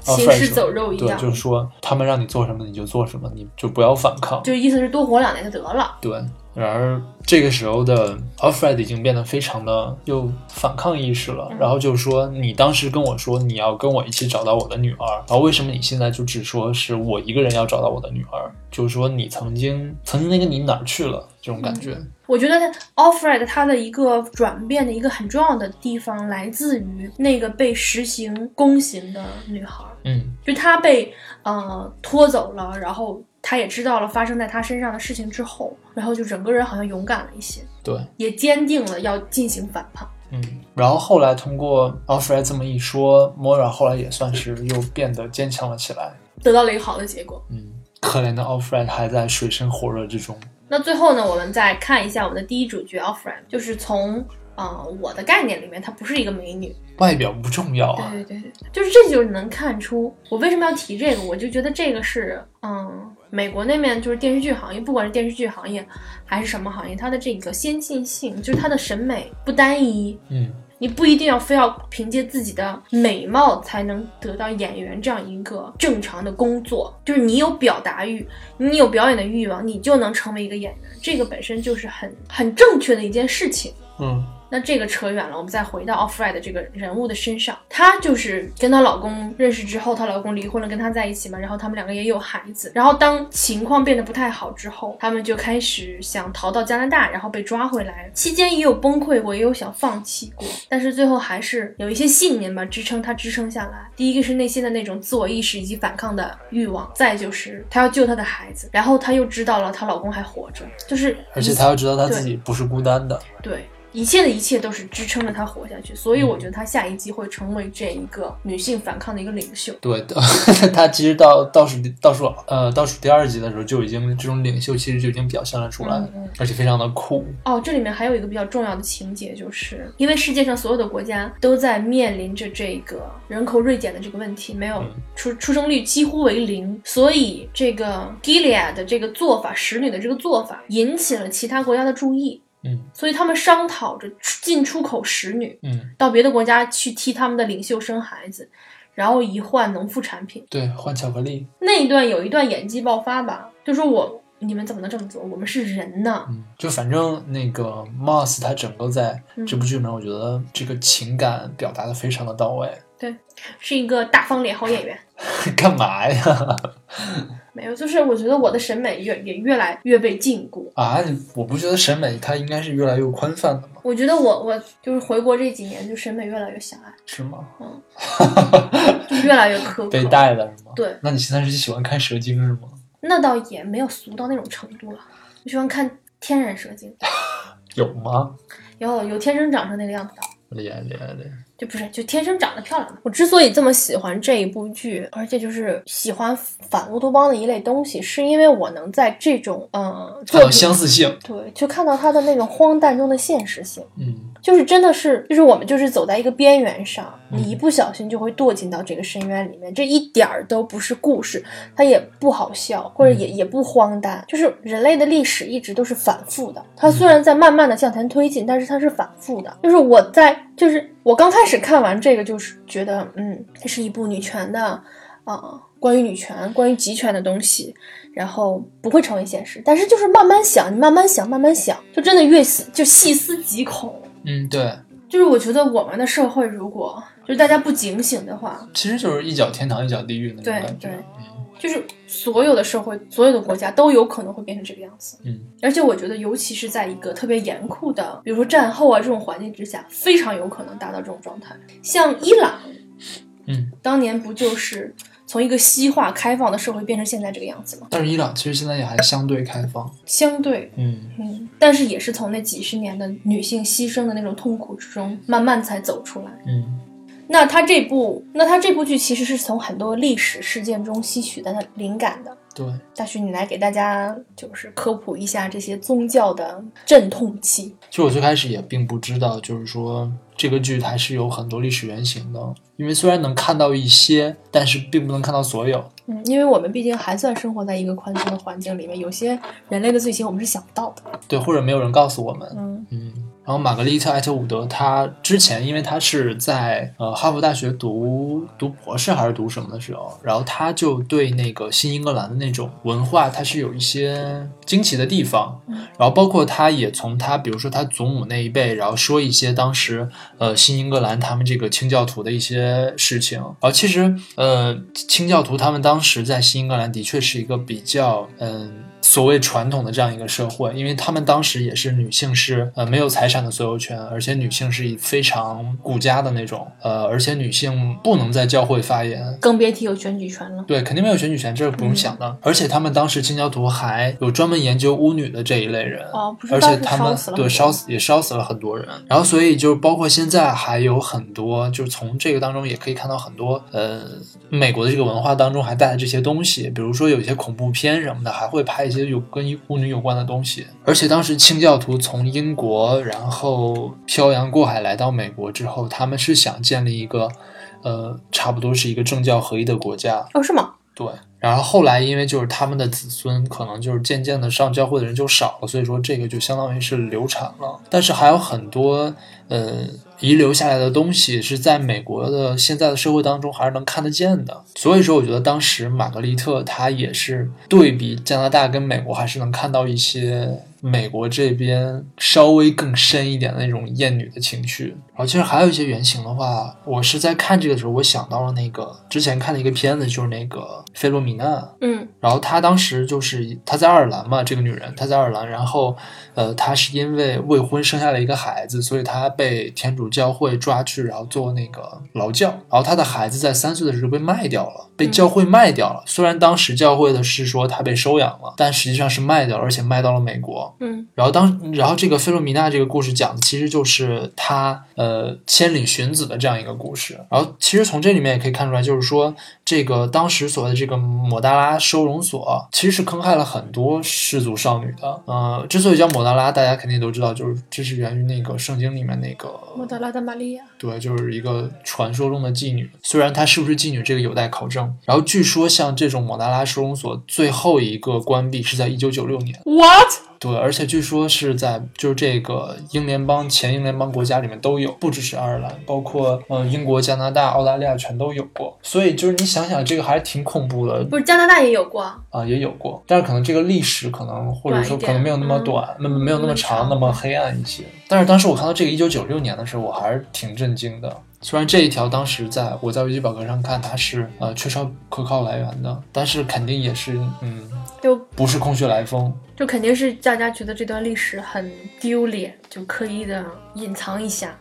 行 Alfred 尸说走肉一对，样就是说他们让你做什么你就做什么，你就不要反抗。就意思是多活两年就得了。对，然而这个时候的 Alfred 已经变得非常的有反抗意识嗯了，然后就说你当时跟我说你要跟我一起找到我的女儿，然后为什么你现在就只说是我一个人要找到我的女儿？就是说你曾经曾经那个你哪儿去了？这种感嗯觉，我觉得 Alfred 他的一个转变的一个很重要的地方，来自于那个被实行宫刑的女孩。嗯就他被呃拖走了，然后他也知道了发生在他身上的事情之后，然后就整个人好像勇敢了一些，对，也坚定了要进行反叛。嗯。然后后来通过 Alfred 这么一说，Mora 后来也算是又变得坚强了起来，得到了一个好的结果。嗯。可怜的 Alfred 还在水深火热之中，那最后呢，我们再看一下我们的第一主角 Alfred，就是从呃我的概念里面，她不是一个美女，外表不重要啊，对对对，就是这就是能看出我为什么要提这个，我就觉得这个是嗯，美国那边就是电视剧行业，不管是电视剧行业还是什么行业，它的这个先进性，就是它的审美不单一，嗯。你不一定要非要凭借自己的美貌才能得到演员这样一个正常的工作，就是你有表达欲，你有表演的欲望，你就能成为一个演员，这个本身就是很很正确的一件事情。嗯那这个扯远了，我们再回到 Alfred 这个人物的身上，她就是跟她老公认识之后，她老公离婚了，跟她在一起嘛，然后他们两个也有孩子，然后当情况变得不太好之后，他们就开始想逃到加拿大，然后被抓回来，期间也有崩溃过，也有想放弃过，但是最后还是有一些信念吧支撑她支撑下来。第一个是内心的那种自我意识以及反抗的欲望，再就是她要救她的孩子，然后她又知道了她老公还活着，就是而且她要知道她自己不是孤单的。对，一切的一切都是支撑着她活下去，所以我觉得她下一季会成为这一个女性反抗的一个领袖。对， *laughs* 她其实到倒数倒数呃倒数第二集的时候就已经这种领袖其实就已经表现了出来，嗯嗯而且非常的酷。哦，这里面还有一个比较重要的情节，就是因为世界上所有的国家都在面临着这个人口锐减的这个问题，没有出出生率几乎为零，所以这个 Gilead 的这个做法，使女的这个做法，引起了其他国家的注意，嗯所以他们商讨着出进出口使女嗯，到别的国家去替他们的领袖生孩子，然后以换农副产品。对，换巧克力。那一段有一段演技爆发吧，就说我你们怎么能这么做？我们是人呢。嗯，就反正那个 Moss 他整个在这嗯部剧里面，我觉得这个情感表达的非常的到位。 *laughs* 对，是一个大方脸好演员。干嘛呀？ *laughs* 没有，就是我觉得我的审美越也越来越被禁锢。啊，我不觉得审美它应该是越来越宽泛的吗？我觉得我我就是回国这几年，就审美越来越狭隘，是吗？就越来越 *laughs* 苛被刻。带的是吗？对，那你现在是喜欢看蛇精是吗？那倒也没有俗到那种程度了。我喜欢看天然蛇精， *laughs* 有吗？有有天生长成那个样子的，厉害厉害厉害！就不是就天生长得漂亮。我之所以这么喜欢这一部剧，而且就是喜欢反乌托邦的一类东西，是因为我能在这种呃看作到品相似性，对，就看到它的那种荒诞中的现实性。嗯，就是真的是，就是我们就是走在一个边缘上，嗯你一不小心就会堕进到这个深渊里面，这一点儿都不是故事，嗯它也不好笑，或者也也不荒诞，就是人类的历史一直都是反复嗯的，它虽然在慢慢的向前推进，但是它是反复的。就是我在，就是我刚开始看完这个，就是觉得，嗯，这是一部女权的，啊、关于女权、关于集权的东西，然后不会成为现实，但是就是慢慢想，你慢慢想，慢慢想，就真的越思就细思极恐。嗯，对，就是我觉得我们的社会，如果就是大家不警醒的话，其实就是一脚天堂一脚地狱那种对感觉。对嗯就是所有的社会、所有的国家都有可能会变成这个样子。嗯，而且我觉得，尤其是在一个特别严酷的，比如说战后啊这种环境之下，非常有可能达到这种状态。像伊朗，嗯，当年不就是从一个西化开放的社会变成现在这个样子吗？但是伊朗其实现在也还相对开放，相对嗯嗯，但是也是从那几十年的女性牺牲的那种痛苦之中，慢慢才走出来。嗯那他这部，那他这部剧其实是从很多历史事件中吸取的灵感的。对，大勋，你来给大家就是科普一下这些宗教的阵痛期。其实我最开始也并不知道，就是说这个剧它是有很多历史原型的，因为虽然能看到一些，但是并不能看到所有。嗯，因为我们毕竟还算生活在一个宽松的环境里面，有些人类的罪行我们是想不到的。对，或者没有人告诉我们。嗯然后玛格丽特·艾特伍德，她之前因为她是在呃哈佛大学读读博士还是读什么的时候，然后她就对那个新英格兰的那种文化，她是有一些惊奇的地方。然后包括她也从她，比如说她祖母那一辈，然后说一些当时呃新英格兰他们这个清教徒的一些事情。然后其实呃清教徒他们当时在新英格兰的确是一个比较嗯。所谓传统的这样一个社会，因为他们当时也是女性是呃没有财产的所有权，而且女性是以非常顾家的那种，呃，而且女性不能在教会发言。更别提有选举权了。对，肯定没有选举权，这是嗯不用想的。而且他们当时清教徒还有专门研究巫女的这一类人，哦不是而当且时他烧们死了对很多烧死也烧死了很多人。然后，所以就是包括现在还有很多，就是从这个当中也可以看到很多，呃，美国的这个文化当中还带了这些东西，比如说有一些恐怖片什么的，还会拍一些有跟巫女有关的东西。而且当时清教徒从英国然后漂洋过海来到美国之后，他们是想建立一个。呃，差不多是一个政教合一的国家，哦，是吗？对，然后后来因为就是他们的子孙可能就是渐渐的上教会的人就少了，所以说这个就相当于是流产了。但是还有很多呃遗留下来的东西是在美国的现在的社会当中还是能看得见的。所以说，我觉得当时玛格丽特她也是对比加拿大跟美国，还是能看到一些美国这边稍微更深一点的那种厌女的情绪。然后其实还有一些原型的话，我是在看这个时候，我想到了那个之前看的一个片子，就是那个《费洛米娜》。嗯然后她当时就是她在爱尔兰嘛，这个女人她在爱尔兰，然后呃，她是因为未婚生下了一个孩子，所以她被天主教会抓去，然后做那个劳教。然后她的孩子在三岁的时候被卖掉了，被教会卖掉了。虽然当时教会的是说她被收养了，但实际上是卖掉了，而且卖到了美国。嗯然后当然后这个费洛米娜这个故事讲的其实就是她呃千里寻子的这样一个故事。然后其实从这里面也可以看出来，就是说这个当时所谓的这个抹大拉收容所，其实是坑害了很多氏族少女的。呃，之所以叫抹大拉，大家肯定都知道，就是这是源于那个圣经里面那个莫德拉的玛利亚。对，就是一个传说中的妓女。虽然她是不是妓女，这个有待考证。然后据说像这种抹大拉收容所最后一个关闭是在一九九六年。 What？对，而且据说是在就是这个英联邦前英联邦国家里面都有，不只是爱尔兰，包括呃英国、加拿大、澳大利亚全都有过。所以就是你想想，这个还是挺恐怖的不是加拿大也有过啊？啊、也有过，但是可能这个历史可能或者短一说可点能没有那么嗯短，那么没有那么长，那么黑暗一些。但是当时我看到这个一九九六年的时候，我还是挺震惊的。虽然这一条当时在我在维基百科上看它是呃缺少可靠来源的，但是肯定也是嗯就不是空穴来风。就肯定是大家觉得这段历史很丢脸，就刻意的隐藏一下。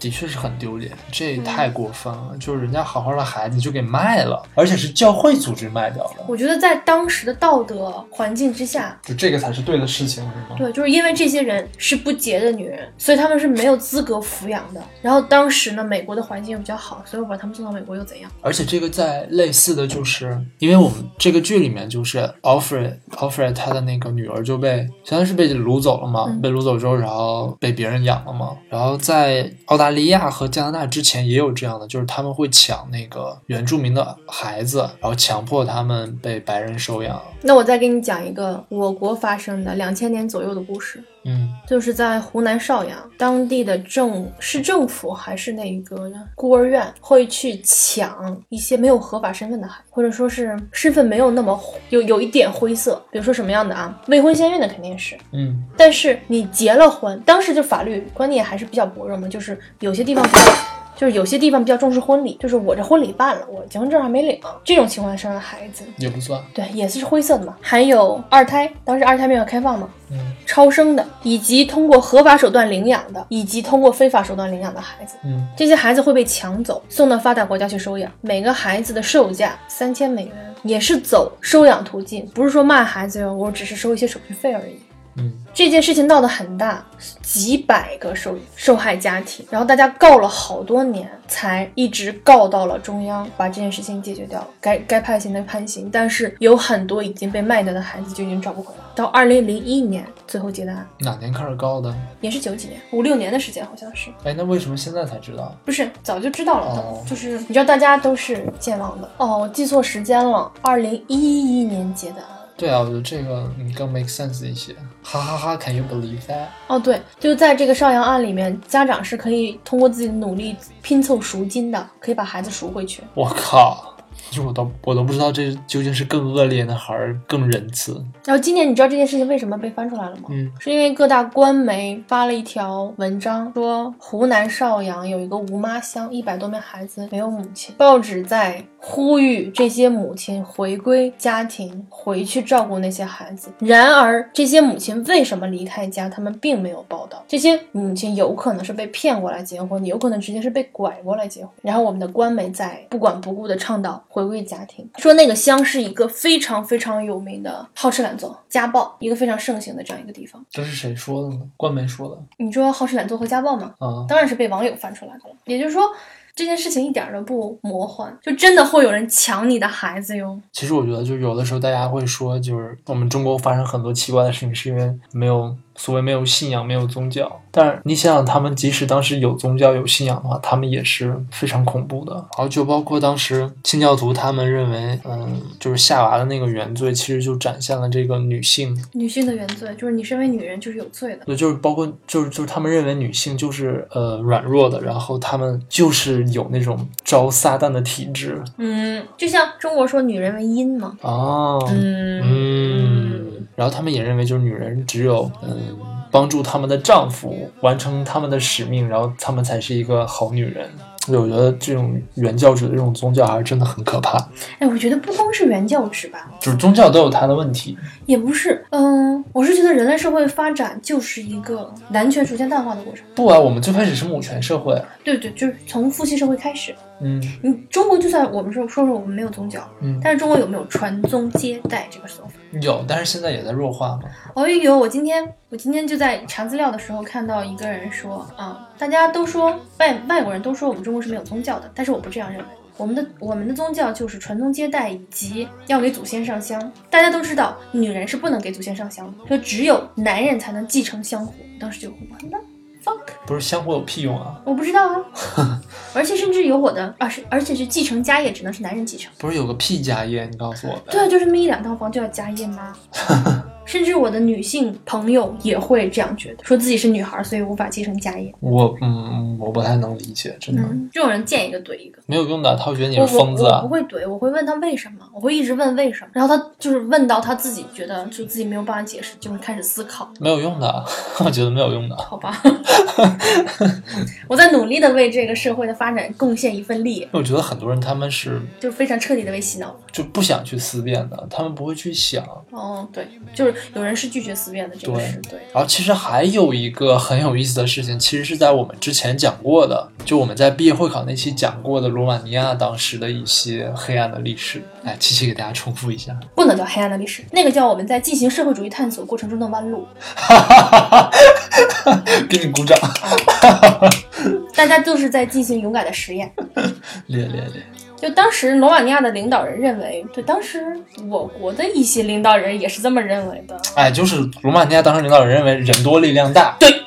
的确是很丢脸，这也太嗯过分了。就是人家好好的孩子就给卖了，而且是教会组织卖掉了，我觉得在当时的道德环境之下，就这个才是对的事情，是吗？对，就是因为这些人是不洁的女人，所以她们是没有资格抚养的。然后当时呢，美国的环境又比较好，所以我把她们送到美国又怎样？而且这个在类似的就是，因为我们这个剧里面就是 Alfred Alfred 他的那个女儿就被相当于是被掳走了嘛，嗯被掳走之后，然后被别人养了嘛。然后在澳大利亚和加拿大之前也有这样的，就是他们会抢那个原住民的孩子，然后强迫他们被白人收养。那我再给你讲一个我国发生的两千年左右的故事。嗯，就是在湖南邵阳，当地的政市政府还是那个呢孤儿院会去抢一些没有合法身份的孩子，或者说是身份没有那么有有一点灰色，比如说什么样的啊，未婚先孕的肯定是，嗯，但是你结了婚，当时就法律观念还是比较薄弱嘛，就是有些地方比较，就是有些地方比较重视婚礼，就是我这婚礼办了，我结婚证还没领，这种情况下生的孩子，也不算。对，也是灰色的嘛。还有二胎，当时二胎没有开放嘛，嗯超生的，以及通过合法手段领养的，以及通过非法手段领养的孩子，嗯，这些孩子会被抢走，送到发达国家去收养。每个孩子的售价三千美元，也是走收养途径，不是说卖孩子哟，我只是收一些手续费而已。嗯，这件事情闹得很大，几百个受受害家庭，然后大家告了好多年，才一直告到了中央，把这件事情解决掉，该该判刑的判刑，但是有很多已经被卖掉的孩子就已经找不回来了。到二零零一年最后结的案，哪年开始告的？也是九几年，五六年的时间好像是，哎，那为什么现在才知道？不是早就知道了的，哦就是你知道大家都是健忘的哦，我记错时间了，二零一一年结的案。对啊，我觉得这个嗯更 make sense 一些。哈哈哈，Can you believe that？哦，对，就在这个邵阳案里面，家长是可以通过自己的努力拼凑赎金的，可以把孩子赎回去。我靠！就我都我都不知道这究竟是更恶劣呢，还是更仁慈。然后今年你知道这件事情为什么被翻出来了吗？嗯是因为各大官媒发了一条文章，说湖南邵阳有一个吴妈乡，一百多名孩子没有母亲。报纸在呼吁这些母亲回归家庭，回去照顾那些孩子。然而，这些母亲为什么离开家，他们并没有报道。这些母亲有可能是被骗过来结婚，有可能直接是被拐过来结婚。然后，我们的官媒在不管不顾的倡导回归家庭，说那个乡是一个非常非常有名的好吃懒做、家暴一个非常盛行的这样一个地方。这是谁说的呢？官媒说的你说好吃懒做和家暴吗？啊。当然是被网友翻出来的了。也就是说，这件事情一点儿都不魔幻，就真的会有人抢你的孩子哟。其实我觉得，就有的时候大家会说，就是我们中国发生很多奇怪的事情，是因为没有所谓没有信仰、没有宗教。但是你想想，他们即使当时有宗教、有信仰的话，他们也是非常恐怖的。然后就包括当时清教徒，他们认为，嗯，就是夏娃的那个原罪，其实就展现了这个女性女性的原罪就是你身为女人就是有罪的。对，就是包括就是就是他们认为女性就是呃软弱的，然后他们就是有那种招撒旦的体质嗯，就像中国说女人为阴嘛。哦，嗯嗯，然后他们也认为就是女人只有嗯帮助他们的丈夫完成他们的使命，然后他们才是一个好女人。对我觉得这种原教旨的这种宗教还是真的很可怕，哎，我觉得不光是原教旨吧，就是宗教都有它的问题。也不是。嗯，我是觉得人类社会发展就是一个男权逐渐淡化的过程。不啊，我们最开始是母权社会，啊对对，就是从父系社会开始。嗯你中国就算我们说说说我们没有宗教，嗯，但是中国有没有传宗接代这个说法？有，但是现在也在弱化嘛。哦有，我今天我今天就在查资料的时候看到一个人说啊、大家都说外外国人都说我们中国是没有宗教的，但是我不这样认为。我们的我们的宗教就是传宗接代以及要给祖先上香。大家都知道，女人是不能给祖先上香的，说只有男人才能继承香火。当时就完了，fuck，不是香火有屁用啊！我不知道啊。而且甚至有我的，而是而且是继承家业只能是男人继承。不是有个屁家业？你告诉我呗。对啊，就这么一两套房就要加夜 *laughs* 妈。甚至我的女性朋友也会这样觉得，说自己是女孩儿，所以无法继承家业。我嗯，我不太能理解，真的、嗯，这种人见一个怼一个。没有用的。他会觉得你我是我疯子我啊不！会怼，我会问他为什么，我会一直问为什么，然后他就是问到他自己觉得就自己没有办法解释，就会开始思考，没有用的， *laughs* 我觉得没有用的。好 *laughs* 吧？我在努力的为这个社会的发展贡献一份力，我觉得很多人他们是就是非常彻底的被洗脑。就不想去思辨的，他们不会去想。哦，对，就是有人是拒绝自愿的这个事，对，然后其实还有一个很有意思的事情，其实是在我们之前讲过的，就我们在毕业会考那期讲过的罗马尼亚当时的一些黑暗的历史。来，七七给大家重复一下。 *laughs* 不能叫黑暗的历史，那个叫我们在进行社会主义探索过程中的弯路。给你鼓掌，大家都是在进行勇敢的实验。练练练。就当时罗马尼亚的领导人认为，对当时我国的一些领导人也是这么认为的，哎，就是罗马尼亚当时领导人认为人多力量大，对，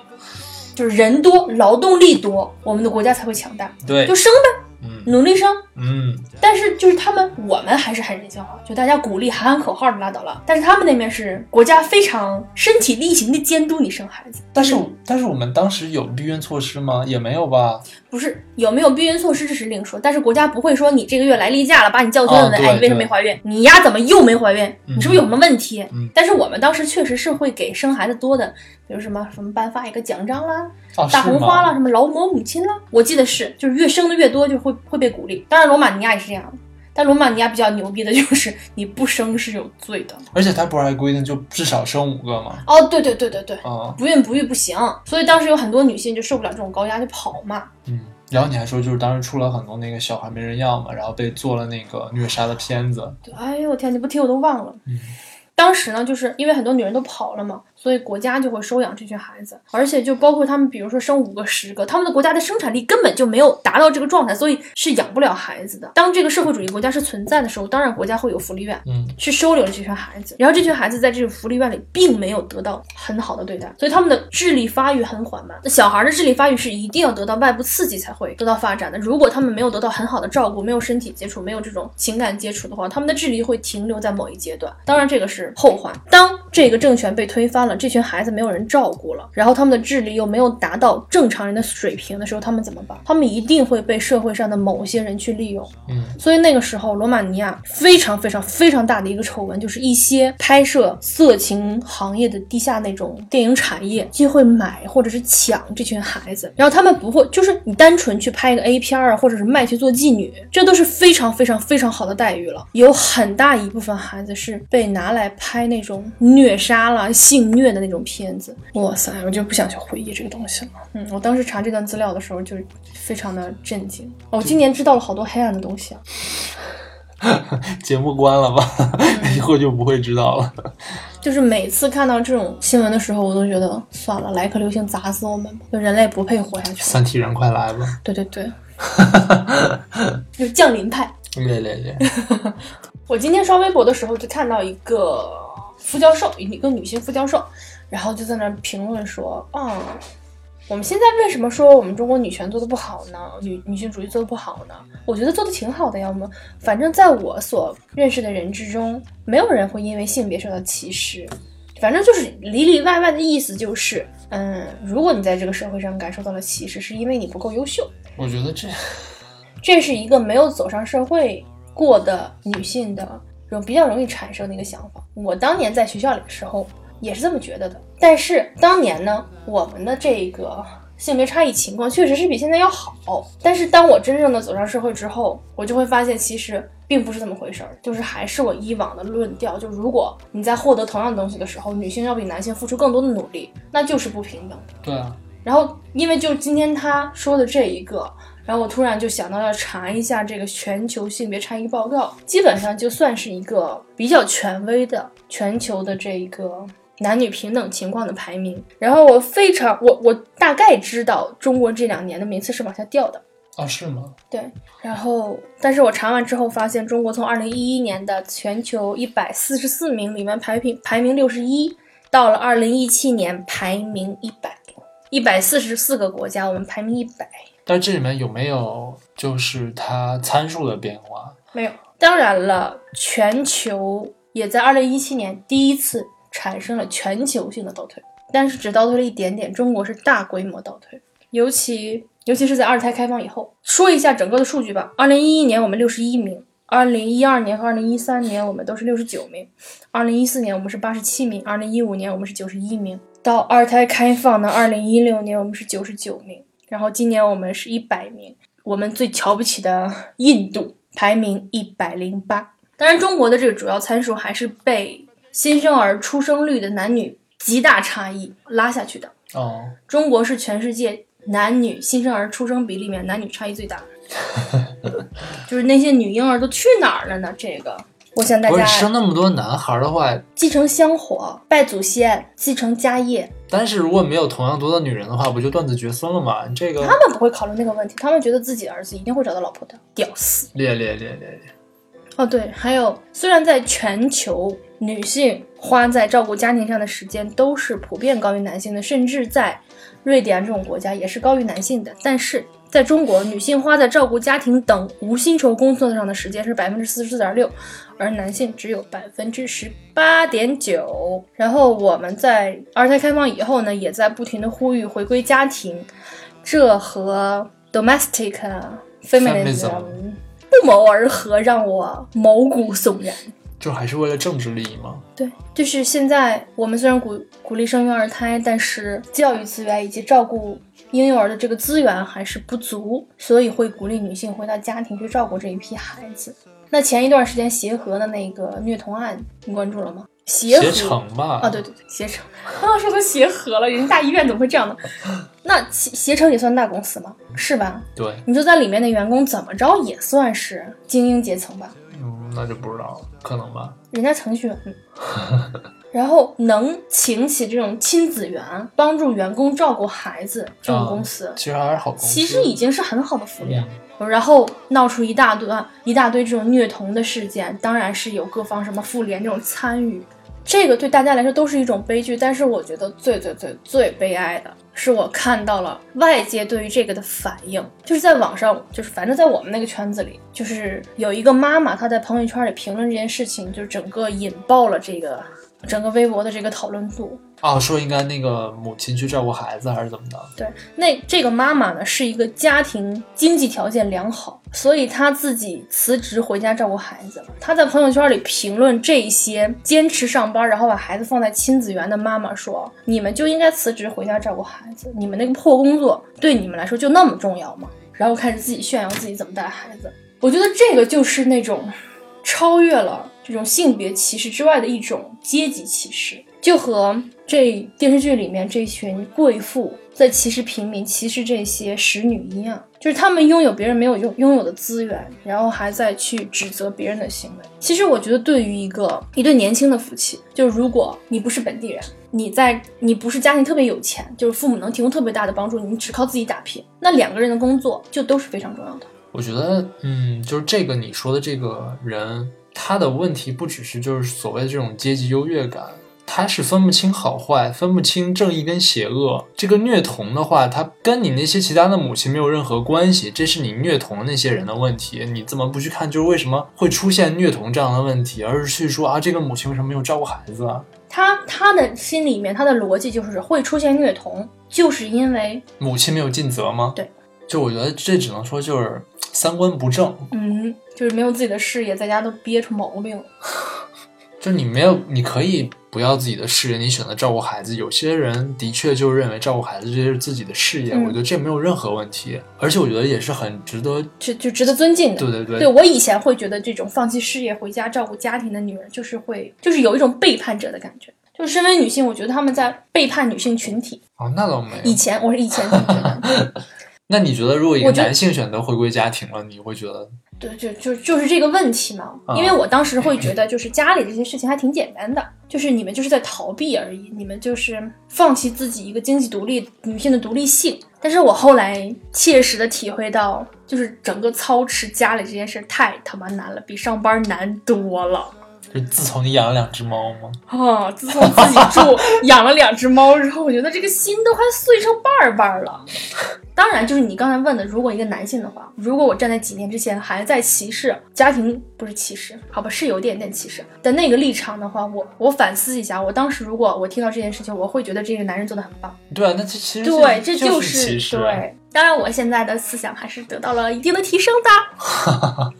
就是人多，劳动力多，我们的国家才会强大，对就，生呗，嗯努力生。嗯，但是就是他们，我们还是喊人性化，就大家鼓励喊喊口号就拉倒了。但是他们那边是国家非常身体力行的监督你生孩子，但是但是我们当时有避孕措施吗？也没有吧。不是有没有避孕措施这是另说，但是国家不会说你这个月来例假了，把你叫去问啊问，对哎，你为什么没怀孕？你呀怎么又没怀孕？嗯你是不是有什么问题？嗯但是我们当时确实是会给生孩子多的，比如什么什么颁发一个奖章啦，哦，大是红吗花啦，什么劳模母亲啦，我记得是，就是越生的越多，就会会被鼓励。当然罗马尼亚也是这样的，但罗马尼亚比较牛逼的就是你不生是有罪的。而且他不是还规定就至少生五个吗？哦，对对对对对，啊，不孕不育不行，所以当时有很多女性就受不了这种高压就跑嘛。嗯。然后你还说，就是当时出了很多那个小孩没人要嘛，然后被做了那个虐杀的片子。对，哎呦我天，你不提我都忘了。嗯当时呢，就是因为很多女人都跑了嘛，所以国家就会收养这群孩子，而且就包括他们，比如说生五个、十个，他们的国家的生产力根本就没有达到这个状态，所以是养不了孩子的。当这个社会主义国家是存在的时候，当然国家会有福利院，嗯，去收留了这群孩子，然后这群孩子在这个福利院里并没有得到很好的对待，所以他们的智力发育很缓慢。那小孩的智力发育是一定要得到外部刺激才会得到发展的，如果他们没有得到很好的照顾，没有身体接触，没有这种情感接触的话，他们的智力会停留在某一阶段。当然，这个是后话。当这个政权被推翻了，这群孩子没有人照顾了，然后他们的智力又没有达到正常人的水平的时候，他们怎么办？他们一定会被社会上的某些人去利用。所以那个时候，罗马尼亚非常非常非常大的一个丑闻，就是一些拍摄色情行业的地下那种电影产业，就会买或者是抢这群孩子，然后他们不会，就是你单纯去拍一个 A 片儿啊，或者是卖去做妓女，这都是非常非常非常好的待遇了。有很大一部分孩子是被拿来拍那种虐杀啦、性虐的那种片子。哇塞，我就不想去回忆这个东西了。嗯，我当时查这段资料的时候，就是非常的震惊。哦我今年知道了好多黑暗的东西啊。嗯节目关了吧， *laughs* 以后就不会知道了。就是每次看到这种新闻的时候，我都觉得算了，来颗流星砸死我们吧，就人类不配活下去。三体人快来 *laughs* 吧！对对对，就降临派。烈烈烈，我今天刷微博的时候，就看到一个副教授，一个女性副教授，然后就在那儿评论说，啊、我们现在为什么说我们中国女权做的不好呢？女女性主义做的不好呢？我觉得做的挺好的呀。我们反正在我所认识的人之中，没有人会因为性别受到歧视。反正就是里里外外的意思就是，嗯，如果你在这个社会上感受到了歧视，是因为你不够优秀。我觉得这这是一个没有走上社会过的女性的容比较容易产生的一个想法。我当年在学校里的时候也是这么觉得的，但是当年呢，我们的这个性别差异情况确实是比现在要好。但是当我真正的走上社会之后，我就会发现其实。并不是这么回事儿，就是还是我以往的论调，就如果你在获得同样的东西的时候，女性要比男性付出更多的努力，那就是不平等。对啊，然后因为就今天他说的这一个，然后我突然就想到要查一下这个全球性别差异报告，基本上就算是一个比较权威的全球的这一个。男女平等情况的排名，然后我非常我我大概知道中国这两年的名次是往下掉的，啊是吗？对，然后，但是我查完之后发现，中国从二零一一年的全球一百四十四名里面排名排名六十一，到了二零一七年排名一百，一百四十四个国家，我们排名一百，但这里面有没有就是它参数的变化？没有。当然了，全球也在二零一七年第一次产生了全球性的倒退，但是只倒退了一点点，中国是大规模倒退，尤其尤其是在二胎开放以后。说一下整个的数据吧，二零一一年我们六十一名。二零一二年和二零一三年我们都是六十九名，二零一四年我们是八十七名，二零一五年我们是九十一名。到二胎开放的二零一六年我们是九十九名，然后今年我们是一百名。我们最瞧不起的印度排名一百零八。当然，中国的这个主要参数还是被新生儿出生率的男女极大差异拉下去的。哦，中国是全世界男女新生儿出生比里面男女差异最大， *laughs* 就是那些女婴儿都去哪儿了呢？这个，我想大不家是生那么多男孩儿的话，继承香火、拜祖先、继承家业，但是如果没有同样多的女人的话，不就断子绝孙了吗？你这个他们不会考虑那个问题，他们觉得自己的儿子一定会找到老婆的，屌丝。列列列列列，哦，对，还有，虽然在全球女性花在照顾家庭上的时间都是普遍高于男性的，甚至在瑞典啊这种国家也是高于男性的，但是在中国，女性花在照顾家庭等无薪酬工作上的时间是百分之四十四点六，而男性只有百分之十八点九。然后我们在二胎开放以后呢，也在不停的呼吁回归家庭，这和 domestic Feminism feminism 不谋而合，让我毛骨悚然。就还是为了政治利益吗？对，就是现在我们虽然鼓鼓励生育二胎，但是教育资源以及照顾婴幼儿的这个资源还是不足，所以会鼓励女性回到家庭去照顾这一批孩子。那前一段时间协和的那个虐童案，你关注了吗？协和携程吧？啊，对，对对，携 *laughs* 程啊，说成协和了，人家大医院怎么会这样呢？ *laughs* 那携携程也算大公司吗？是吧？对，你说在里面的员工怎么着也算是精英阶层吧？嗯，那就不知道了，可能吧。人家程序员。 *laughs* 然后能请起这种亲子园，帮助员工照顾孩子啊这种公司，啊其实还是好公司。其实已经是很好的福利了嗯。然后闹出一大堆一大堆这种虐童的事件，当然是有各方什么妇联这种参与，这个对大家来说都是一种悲剧。但是我觉得最最最最悲哀的是，我看到了外界对于这个的反应，就是在网上，就是反正在我们那个圈子里，就是有一个妈妈她在朋友圈里评论这件事情，就整个引爆了这个整个微博的这个讨论度。哦，说应该那个母亲去照顾孩子还是怎么的？对，那这个妈妈呢是一个家庭经济条件良好，所以她自己辞职回家照顾孩子了。她在朋友圈里评论这一些坚持上班，然后把孩子放在亲子园的妈妈说：“你们就应该辞职回家照顾孩子，你们那个破工作对你们来说就那么重要吗？”然后开始自己炫耀自己怎么带孩子。我觉得这个就是那种超越了这种性别歧视之外的一种阶级歧视，就和这电视剧里面这群贵妇在歧视平民、歧视这些使女一样，就是他们拥有别人没有拥拥有的资源，然后还在去指责别人的行为。其实我觉得，对于一个一对年轻的夫妻，就是如果你不是本地人，你在你不是家庭特别有钱，就是父母能提供特别大的帮助，你只靠自己打拼，那两个人的工作就都是非常重要的。我觉得，嗯，就是这个你说的这个人，他的问题不只是就是所谓的这种阶级优越感，他是分不清好坏，分不清正义跟邪恶。这个虐童的话，他跟你那些其他的母亲没有任何关系，这是你虐童的那些人的问题。你怎么不去看，就是为什么会出现虐童这样的问题，而是去说啊，这个母亲为什么没有照顾孩子啊？他他的心里面，他的逻辑就是会出现虐童，就是因为母亲没有尽责吗？对，就我觉得这只能说就是三观不正。嗯，就是没有自己的事业，在家都憋出毛病了。就是你没有，你可以不要自己的事业，你选择照顾孩子。有些人的确就认为照顾孩子这是自己的事业，嗯我觉得这没有任何问题，而且我觉得也是很值得。就就值得尊敬的。对对对我以前会觉得这种放弃事业回家照顾家庭的女人，就是会就是有一种背叛者的感觉。就是身为女性，我觉得她们在背叛女性群体。哦，那倒没以有。前我是以前就觉得，那你觉得，如果一个我觉得男性选择回归家庭了，你会觉得对，就就就是这个问题嘛。啊因为我当时会觉得，就是家里这些事情还挺简单的，就是你们就是在逃避而已，你们就是放弃自己一个经济独立女性的独立性。但是我后来切实的体会到，就是整个操持家里这件事太他妈难了，比上班难多了。就是自从你养了两只猫吗？啊、自从自己 *laughs* 住养了两只猫之后，我觉得这个心都快碎成瓣儿瓣儿了。当然，就是你刚才问的，如果一个男性的话，如果我站在几年之前还在歧视家庭，不是歧视，好吧，是有点点歧视的那个立场的话，我我反思一下，我当时如果我听到这件事情，我会觉得这个男人做的很棒。对啊，那这其实对，这这就是歧视啊。对。当然，我现在的思想还是得到了一定的提升的。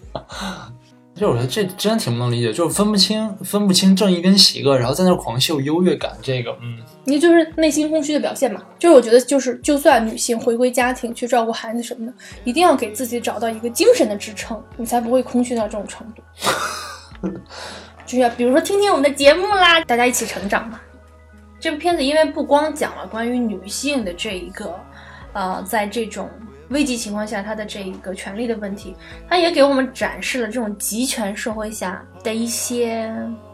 就我觉得这真挺不能理解，就是分不清分不清正义跟邪恶，然后在那儿狂秀优越感，这个嗯，你就是内心空虚的表现嘛。就是我觉得，就是就算女性回归家庭去照顾孩子什么的，一定要给自己找到一个精神的支撑，你才不会空虚到这种程度。就是比如说听听我们的节目啦，大家一起成长嘛。这部片子因为不光讲了关于女性的这一个，呃，在这种危急情况下她的这一个权利的问题，它也给我们展示了这种集权社会下的一些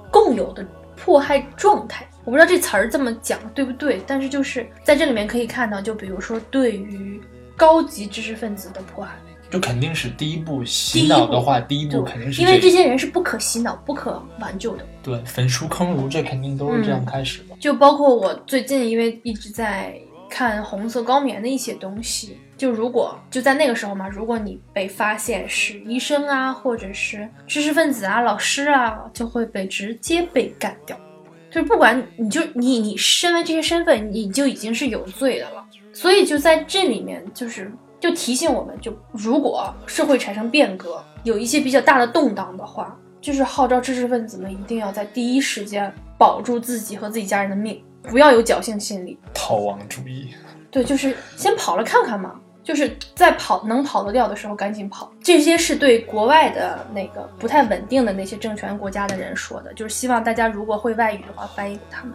共有的迫害状态。我不知道这词儿这么讲对不对，但是就是在这里面可以看到，就比如说对于高级知识分子的迫害，就肯定是第一步洗脑的话，第一步肯定是因为这这个些人是不可洗脑、不可挽救的。对焚书坑儒，这肯定都是这嗯样开始的。就包括我最近因为一直在看《红色高棉》的一些东西，就如果就在那个时候嘛，如果你被发现是医生啊，或者是知识分子啊、老师啊，就会被直接被干掉。就是不管你就你你身为这些身份，你就已经是有罪的了。所以就在这里面，就是就提醒我们，就如果社会产生变革，有一些比较大的动荡的话，就是号召知识分子们一定要在第一时间保住自己和自己家人的命，不要有侥幸心理。逃亡主义，对，就是先跑了看看嘛，就是在跑能跑得掉的时候赶紧跑。这些是对国外的那个不太稳定的那些政权国家的人说的，就是希望大家如果会外语的话，翻译给他们。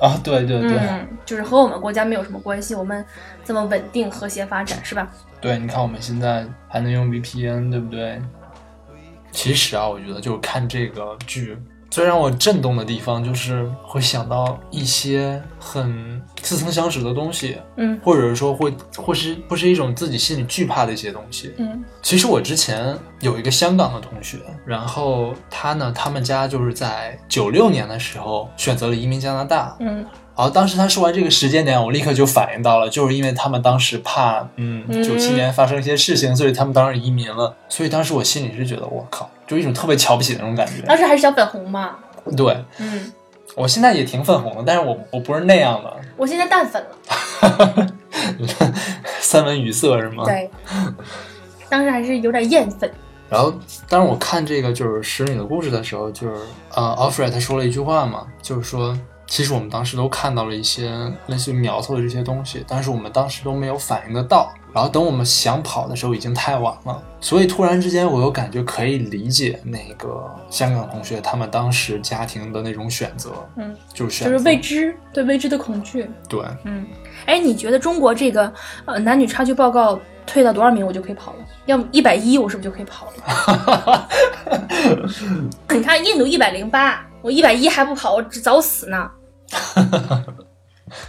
啊，对对对、嗯，就是和我们国家没有什么关系，我们这么稳定和谐发展是吧？对，你看我们现在还能用 VPN，对不对？其实啊，我觉得就是看这个剧，最让我震动的地方就是会想到一些很似曾相识的东西，嗯或者说会或是不是一种自己心里惧怕的一些东西。嗯其实我之前有一个香港的同学，然后他呢，他们家就是在九六年的时候选择了移民加拿大。嗯然后当时他说完这个时间点，我立刻就反应到了，就是因为他们当时怕，嗯，嗯九七年发生一些事情，所以他们当时移民了。所以当时我心里是觉得，我靠，就一种特别瞧不起的那种感当觉。时还是小粉红嘛。对嗯，我现在也挺粉红的，但是我我不是那样的，我现在淡粉了。 *laughs* 三文鱼色是吗？对，当时还是有点厌粉。然后，当然我看这个就是《使女的故事》的时候，就是呃，Alfred 他说了一句话嘛，就是说，其实我们当时都看到了一些类似于苗头的这些东西，但是我们当时都没有反应得到。然后等我们想跑的时候，已经太晚了。所以突然之间，我又感觉可以理解那个香港同学他们当时家庭的那种选择，嗯，就是选就择是未知，对未知的恐惧。对，嗯，哎，你觉得中国这个呃男女差距报告退到多少名我就可以跑了？要一百一，我是不是就可以跑了？ *laughs* 哎你看印度一百零八，我一百一还不跑，我早死呢。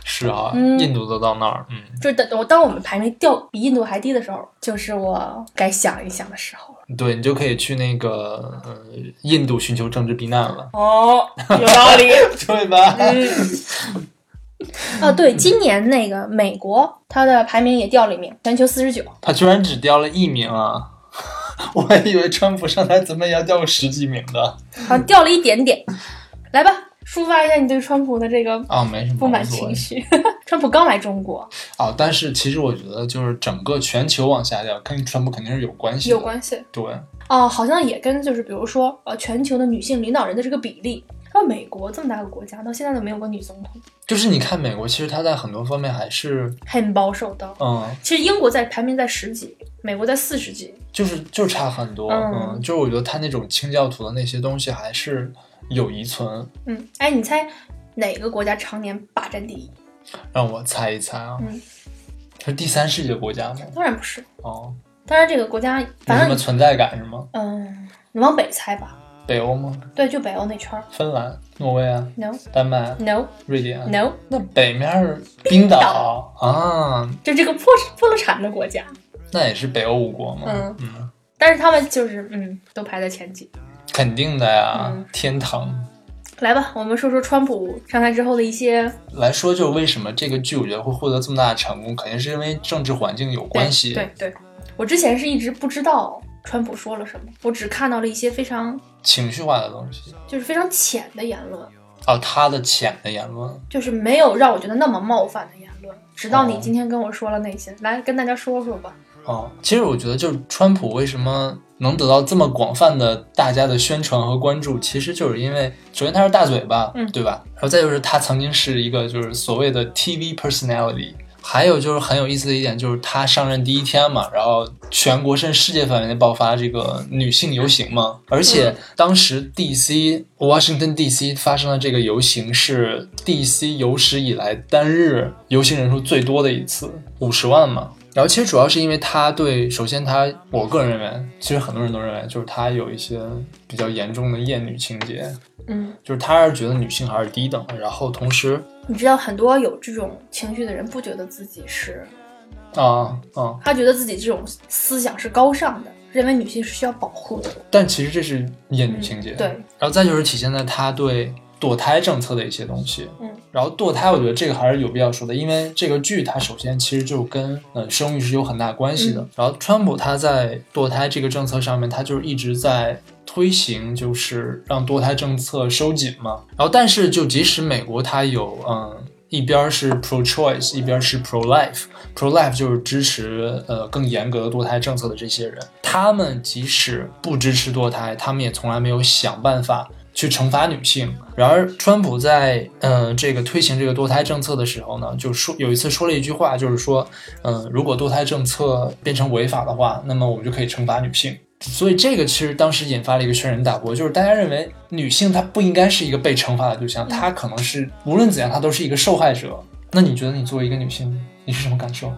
是啊，嗯印度都到那儿，嗯，就是等我当我们排名掉比印度还低的时候，就是我该想一想的时候了。对你就可以去那个呃印度寻求政治避难了， *laughs* 哦，有道 *laughs* 理。对吧？啊，嗯对，今年那个美国它的排名也掉了一名，全球四十九。他居然只掉了一名啊！ *laughs* 我还以为川普上台怎么也要掉个十几名的好像掉了一点点。来吧，抒发一下你对川普的这个啊，没什么不满无所谓情绪。 *laughs* 川普刚来中国，啊。但是其实我觉得，就是整个全球往下掉，跟川普肯定是有关系的。有关系对，哦、好像也跟就是比如说呃，全球的女性领导人的这个比例。到美国这么大个国家，到现在都没有个女总统，就是你看美国，其实他在很多方面还是很保守的。嗯，其实英国在排名在十几，美国在四十几。就是就差很多。嗯嗯，就是我觉得他那种清教徒的那些东西还是有遗存。嗯，哎，你猜哪个国家常年霸占第一？让我猜一猜啊，嗯是第三世界国家吗？当然不是，哦，当然这个国家有什反么正存在感是吗？嗯，你往北猜吧。北欧吗？对，就北欧那圈儿。芬兰、挪威啊、 No 丹麦啊、 No 瑞典啊 No，那北面儿冰岛啊，就这个破破了产的国家。那也是北欧五国嘛。嗯但是他们就是嗯，都排在前几。肯定的呀，嗯天堂。来吧，我们说说川普上台之后的一些来说，就是为什么这个剧我觉得会获得这么大的成功，肯定是因为政治环境有关系。对对，对我之前是一直不知道川普说了什么，我只看到了一些非常情绪化的东西。就是非常浅的言论，哦，他的浅的言论，就是没有让我觉得那么冒犯的言论。直到你哦今天跟我说了那些，来跟大家说说吧。哦，其实我觉得就是川普为什么能得到这么广泛的大家的宣传和关注，其实就是因为首先他是大嘴巴，嗯对吧？然后再就是他曾经是一个就是所谓的 TV personality。还有就是很有意思的一点，就是他上任第一天嘛，然后全国甚至世界范围内爆发这个女性游行嘛，而且当时 DC Washington DC 发生的这个游行是 DC 有史以来单日游行人数最多的一次，五十万嘛。然后其实主要是因为他对，首先他，我个人认为，其实很多人都认为，就是他有一些比较严重的厌女情节，嗯，就是他是觉得女性还是低等的，然后同时你知道很多有这种情绪的人不觉得自己是，啊啊，他觉得自己这种思想是高尚的，认为女性是需要保护的。但其实这是厌女情节。嗯对，然后再就是体现在他对堕胎政策的一些东西。嗯，然后堕胎，我觉得这个还是有必要说的，因为这个剧它首先其实就跟呃生育是有很大关系嗯的。然后川普他在堕胎这个政策上面，他就是一直在推行，就是让堕胎政策收紧嘛。然后但是就即使美国它有嗯。一边儿是 pro choice，一边儿是 pro life，pro life 就是支持呃更严格的堕胎政策的这些人，他们即使不支持堕胎，他们也从来没有想办法去惩罚女性。然而，川普在呃这个推行这个堕胎政策的时候呢，就说有一次说了一句话，就是说，嗯、如果堕胎政策变成违法的话，那么我们就可以惩罚女性。所以这个其实当时引发了一个轩然大波，就是大家认为女性她不应该是一个被惩罚的对象，她可能是无论怎样她都是一个受害者。那你觉得你作为一个女性，你是什么感受？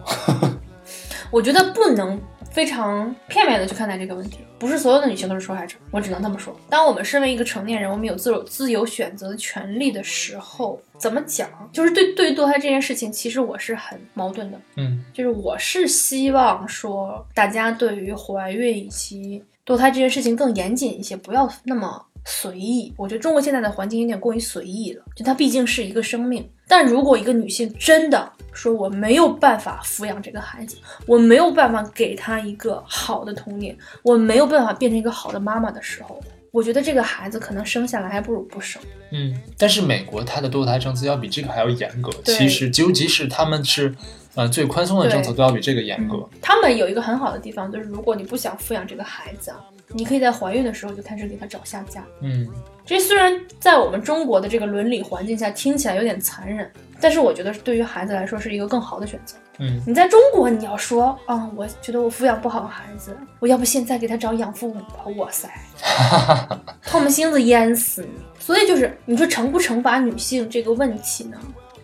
我觉得不能非常片面的去看待这个问题，不是所有的女性都是受害者，我只能这么说。当我们身为一个成年人，我们有自由自由选择的权利的时候，怎么讲？就是对对于堕胎这件事情，其实我是很矛盾的。嗯就是我是希望说，大家对于怀孕以及堕胎这件事情更严谨一些，不要那么随意。我觉得中国现在的环境有点过于随意了，就它毕竟是一个生命。但如果一个女性真的说我没有办法抚养这个孩子，我没有办法给她一个好的童年，我没有办法变成一个好的妈妈的时候，我觉得这个孩子可能生下来还不如不生。嗯。但是美国它的堕胎政策要比这个还要严格，对其实就即使他们是呃最宽松的政策，对都要比这个严格。他们有一个很好的地方，就是如果你不想抚养这个孩子啊，你可以在怀孕的时候就开始给他找下家。嗯这虽然在我们中国的这个伦理环境下听起来有点残忍，但是我觉得对于孩子来说是一个更好的选择。嗯你在中国，你要说啊、我觉得我抚养不好孩子，我要不现在给他找养父母吧？哇塞，唾沫星子淹死你！所以就是你说惩不惩罚女性这个问题呢？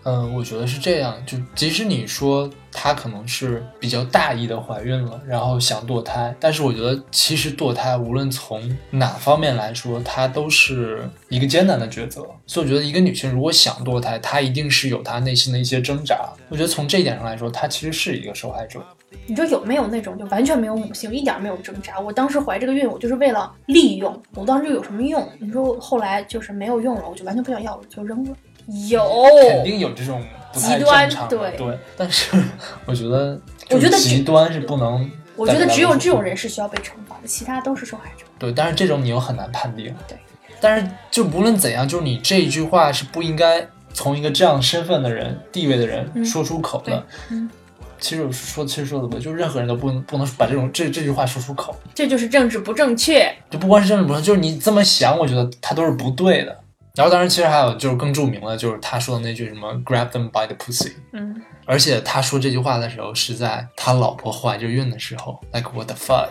嗯、呃我觉得是这样。就即使你说她可能是比较大意的怀孕了，然后想堕胎，但是我觉得其实堕胎无论从哪方面来说，它都是一个艰难的抉择。所以我觉得一个女性如果想堕胎，她一定是有她内心的一些挣扎。我觉得从这一点上来说，她其实是一个受哦害者。你说有没有那种就完全没有母性，一点儿没有挣扎？我当时怀这个孕，我就是为了利用，我当时有什么用？你说我后来就是没有用了，我就完全不想要了，我就扔了。有，肯定有这种不太极端正常的对对，但是 *laughs* 我觉得，我觉得只极端是不能。我觉得只有这种人是需要被惩罚的，其他都是受害者。对，但是这种你又很难判定。对，但是就无论怎样，就是你这一句话是不应该从一个这样身份的人、地位的人嗯说出口的。对嗯其实我说，其实说的不对，就是任何人都不能不能把这种这这句话说出口。这就是政治不正确。就不光是政治不正确，就是你这么想，我觉得他都是不对的。然后当然，其实还有就是更著名的，就是他说的那句什么 “grab them by the pussy”。嗯，而且他说这句话的时候是在他老婆怀着孕的时候，like what the fuck？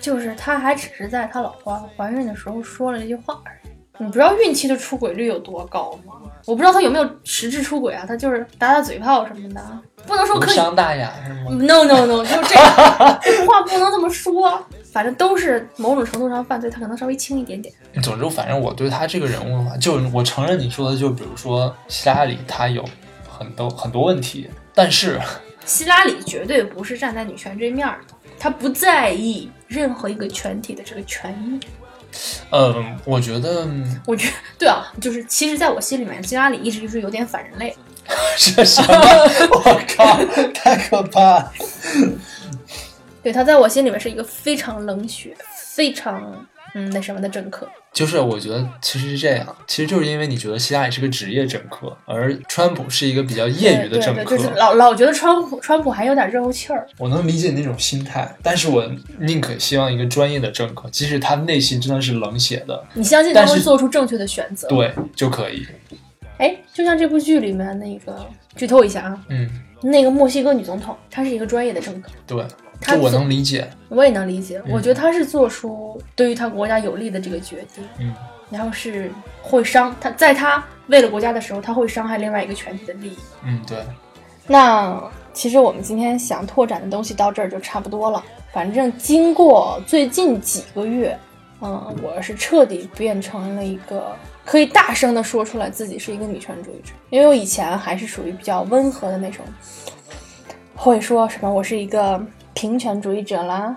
就是他还只是在他老婆怀孕的时候说了这句话而已。你不知道孕期的出轨率有多高吗？我不知道他有没有实质出轨啊，他就是打打嘴炮什么的，不能说无哦可以伤大雅是吗？ No no no，就是这个这话不能这么说。反正都是某种程度上犯罪，他可能稍微轻一点点。总之，反正我对他这个人物的话，就我承认你说的，就比如说希拉里，他有很多很多问题，但是希拉里绝对不是站在女权这面儿的，她不在意任何一个全体的这个权益。嗯，我觉得嗯我觉得对啊，就是其实在我心里面，希拉里一直就是有点反人类。这什么， *laughs* 我靠，太可怕了。对他在我心里面是一个非常冷血、非常嗯那什么的政客。就是我觉得其实是这样，其实就是因为你觉得希拉里是个职业政客，而川普是一个比较业余的政对客，对，就是老老觉得川普川普还有点热乎气儿。我能理解那种心态，但是我宁可希望一个专业的政客，即使他内心真的是冷血的，你相信他但会是做出正确的选择？对就可以。哎，就像这部剧里面那个，剧透一下啊，嗯那个墨西哥女总统，她是一个专业的政客，对，他这我做能理解。我也能理解。我觉得她是做出对于她国家有利的这个决定，嗯，然后是会伤她，在她为了国家的时候，她会伤害另外一个群体的利益。嗯，对，那其实我们今天想拓展的东西到这儿就差不多了。反正经过最近几个月，嗯，我是彻底变成了一个可以大声的说出来自己是一个女权主义者，因为我以前还是属于比较温和的那种，会说什么我是一个平权主义者啦，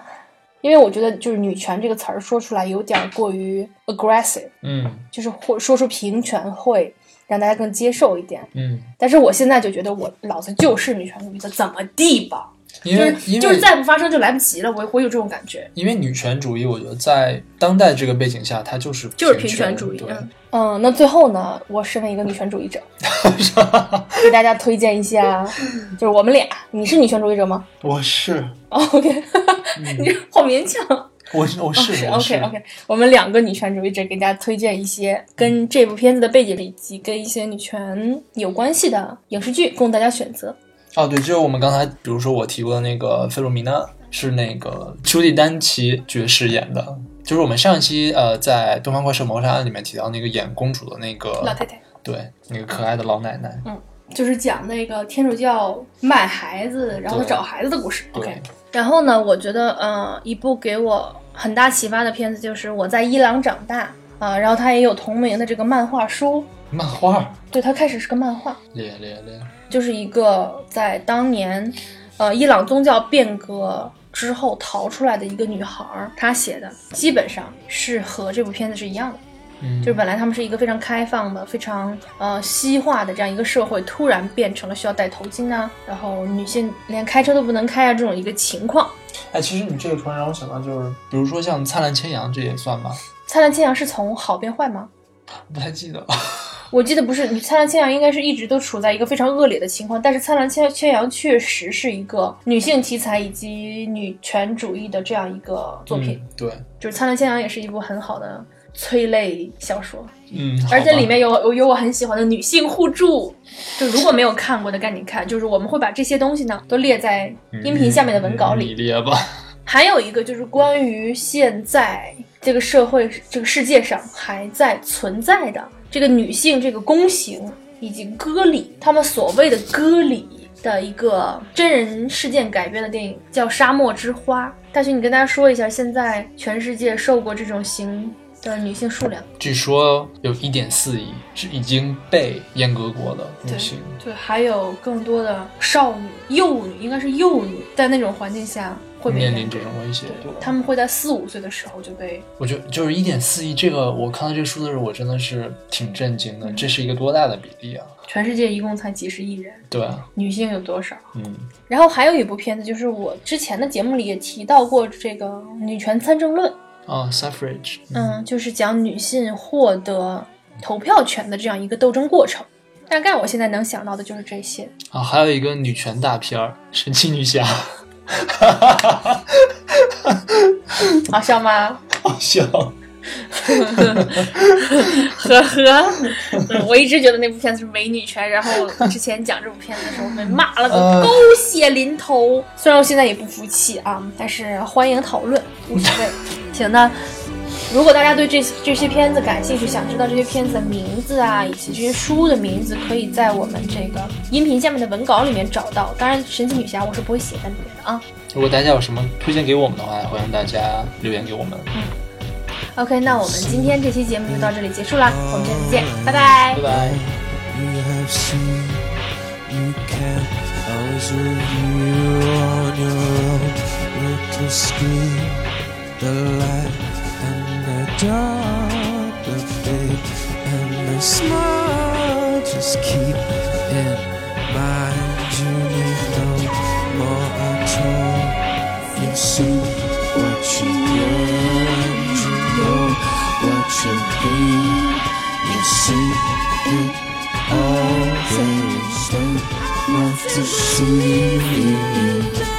因为我觉得就是女权这个词儿说出来有点儿过于 aggressive，嗯就是会说出平权会让大家更接受一点。嗯，但是我现在就觉得我老子就是女权主义者，怎么地吧？因就为是因就是为再不发生就来不及了，我我有这种感觉。因为女权主义，我觉得在当代这个背景下，它就是就是平平权权主义对，嗯嗯，那最后呢，我身为一个女权主义 *laughs* 者，给大家推荐一下，就是我们俩，你是女权主义者吗 *laughs* 我是哦？OK，你这好勉强。嗯 Oh, 我是我是我 OK OK，我们两个女权主义者给大家推荐一些跟这部片子的背景以及跟一些女权有关系的影视剧，供大家选择。哦，对，就是我们刚才，比如说我提过的那个《费洛米娜》，是那个朱莉丹奇爵士演的，就是我们上一期呃在《东方快车谋杀案》里面提到那个演公主的那个老太太对，那个可爱的老奶奶。就是讲那个天主教卖孩子，然后他找孩子的故事。对 OK，然后呢，我觉得，呃，一部给我很大启发的片子就是《我在伊朗长大》啊、然后它也有同名的这个漫画书。漫画，对，它开始是个漫画，咧咧咧，就是一个在当年，呃，伊朗宗教变革之后逃出来的一个女孩儿，她写的基本上是和这部片子是一样的。嗯，就是本来他们是一个非常开放的、非常呃西化的这样一个社会，突然变成了需要戴头巾啊，然后女性连开车都不能开啊这种一个情况。哎，其实你这个突然让我想到，就是比如说像《灿烂千阳》，这也算吧？灿烂千阳是从好变坏吗？不太记得了。我记得不是，你灿烂千阳应该是一直都处在一个非常恶劣的情况，但是灿烂千千阳确实是一个女性题材以及女权主义的这样一个作品，嗯，对，就是灿烂千阳也是一部很好的催泪小说。嗯，而且好吧里面有有有我很喜欢的女性互助，就如果没有看过的赶紧看，就是我们会把这些东西呢都列在音频下面的文稿你里。列吧。 *laughs* 还有一个就是关于现在这个社会、这个世界上还在存在的这个女性这个宫刑以及割礼，他们所谓的割礼。的一个真人事件改编的电影叫《沙漠之花》，大勋，你跟大家说一下，现在全世界受过这种刑的女性数量。据说有一点四亿是已经被阉割过的女性。对，还有更多的少女、幼女，应该是幼女，在那种环境下会被面压临迫这种威胁，对，他们会在四五岁的时候就被我觉得就是一点四亿这个，我看到这个数字的时候，我真的是挺震惊嗯的。这是一个多大的比例啊？全世界一共才几十亿人，对啊，女性有多少？嗯然后还有一部片子，就是我之前的节目里也提到过这个《女权参政论》，啊，suffrage，嗯，就是讲女性获得投票权的这样一个斗争过程。大概我现在能想到的就是这些。啊，还有一个女权大片儿《神奇女侠》，好笑吗？好笑。呵呵，嗯我一直觉得那部片子是伪女权，然后之前讲这部片子的时候被骂了个呃狗血淋头。虽然我现在也不服气啊，但是欢迎讨论，无所谓。行，那如果大家对这这些片子感兴趣，想知道这些片子的名字啊，以及这些书的名字，可以在我们这个音频下面的文稿里面找到。当然，神奇女侠我是不会写在里面的啊。如果大家有什么推荐给我们的话，欢迎大家留言给我们。嗯 OK，那我们今天这期节目就到这里结束啦，我们下次见，拜拜拜。拜。 you have seen. You can't always with you on your own little screen. The light and the dark, the big and the small. Just keep in mind you need no more control. You see what you get, and you know what you be. You see it all there is left to see.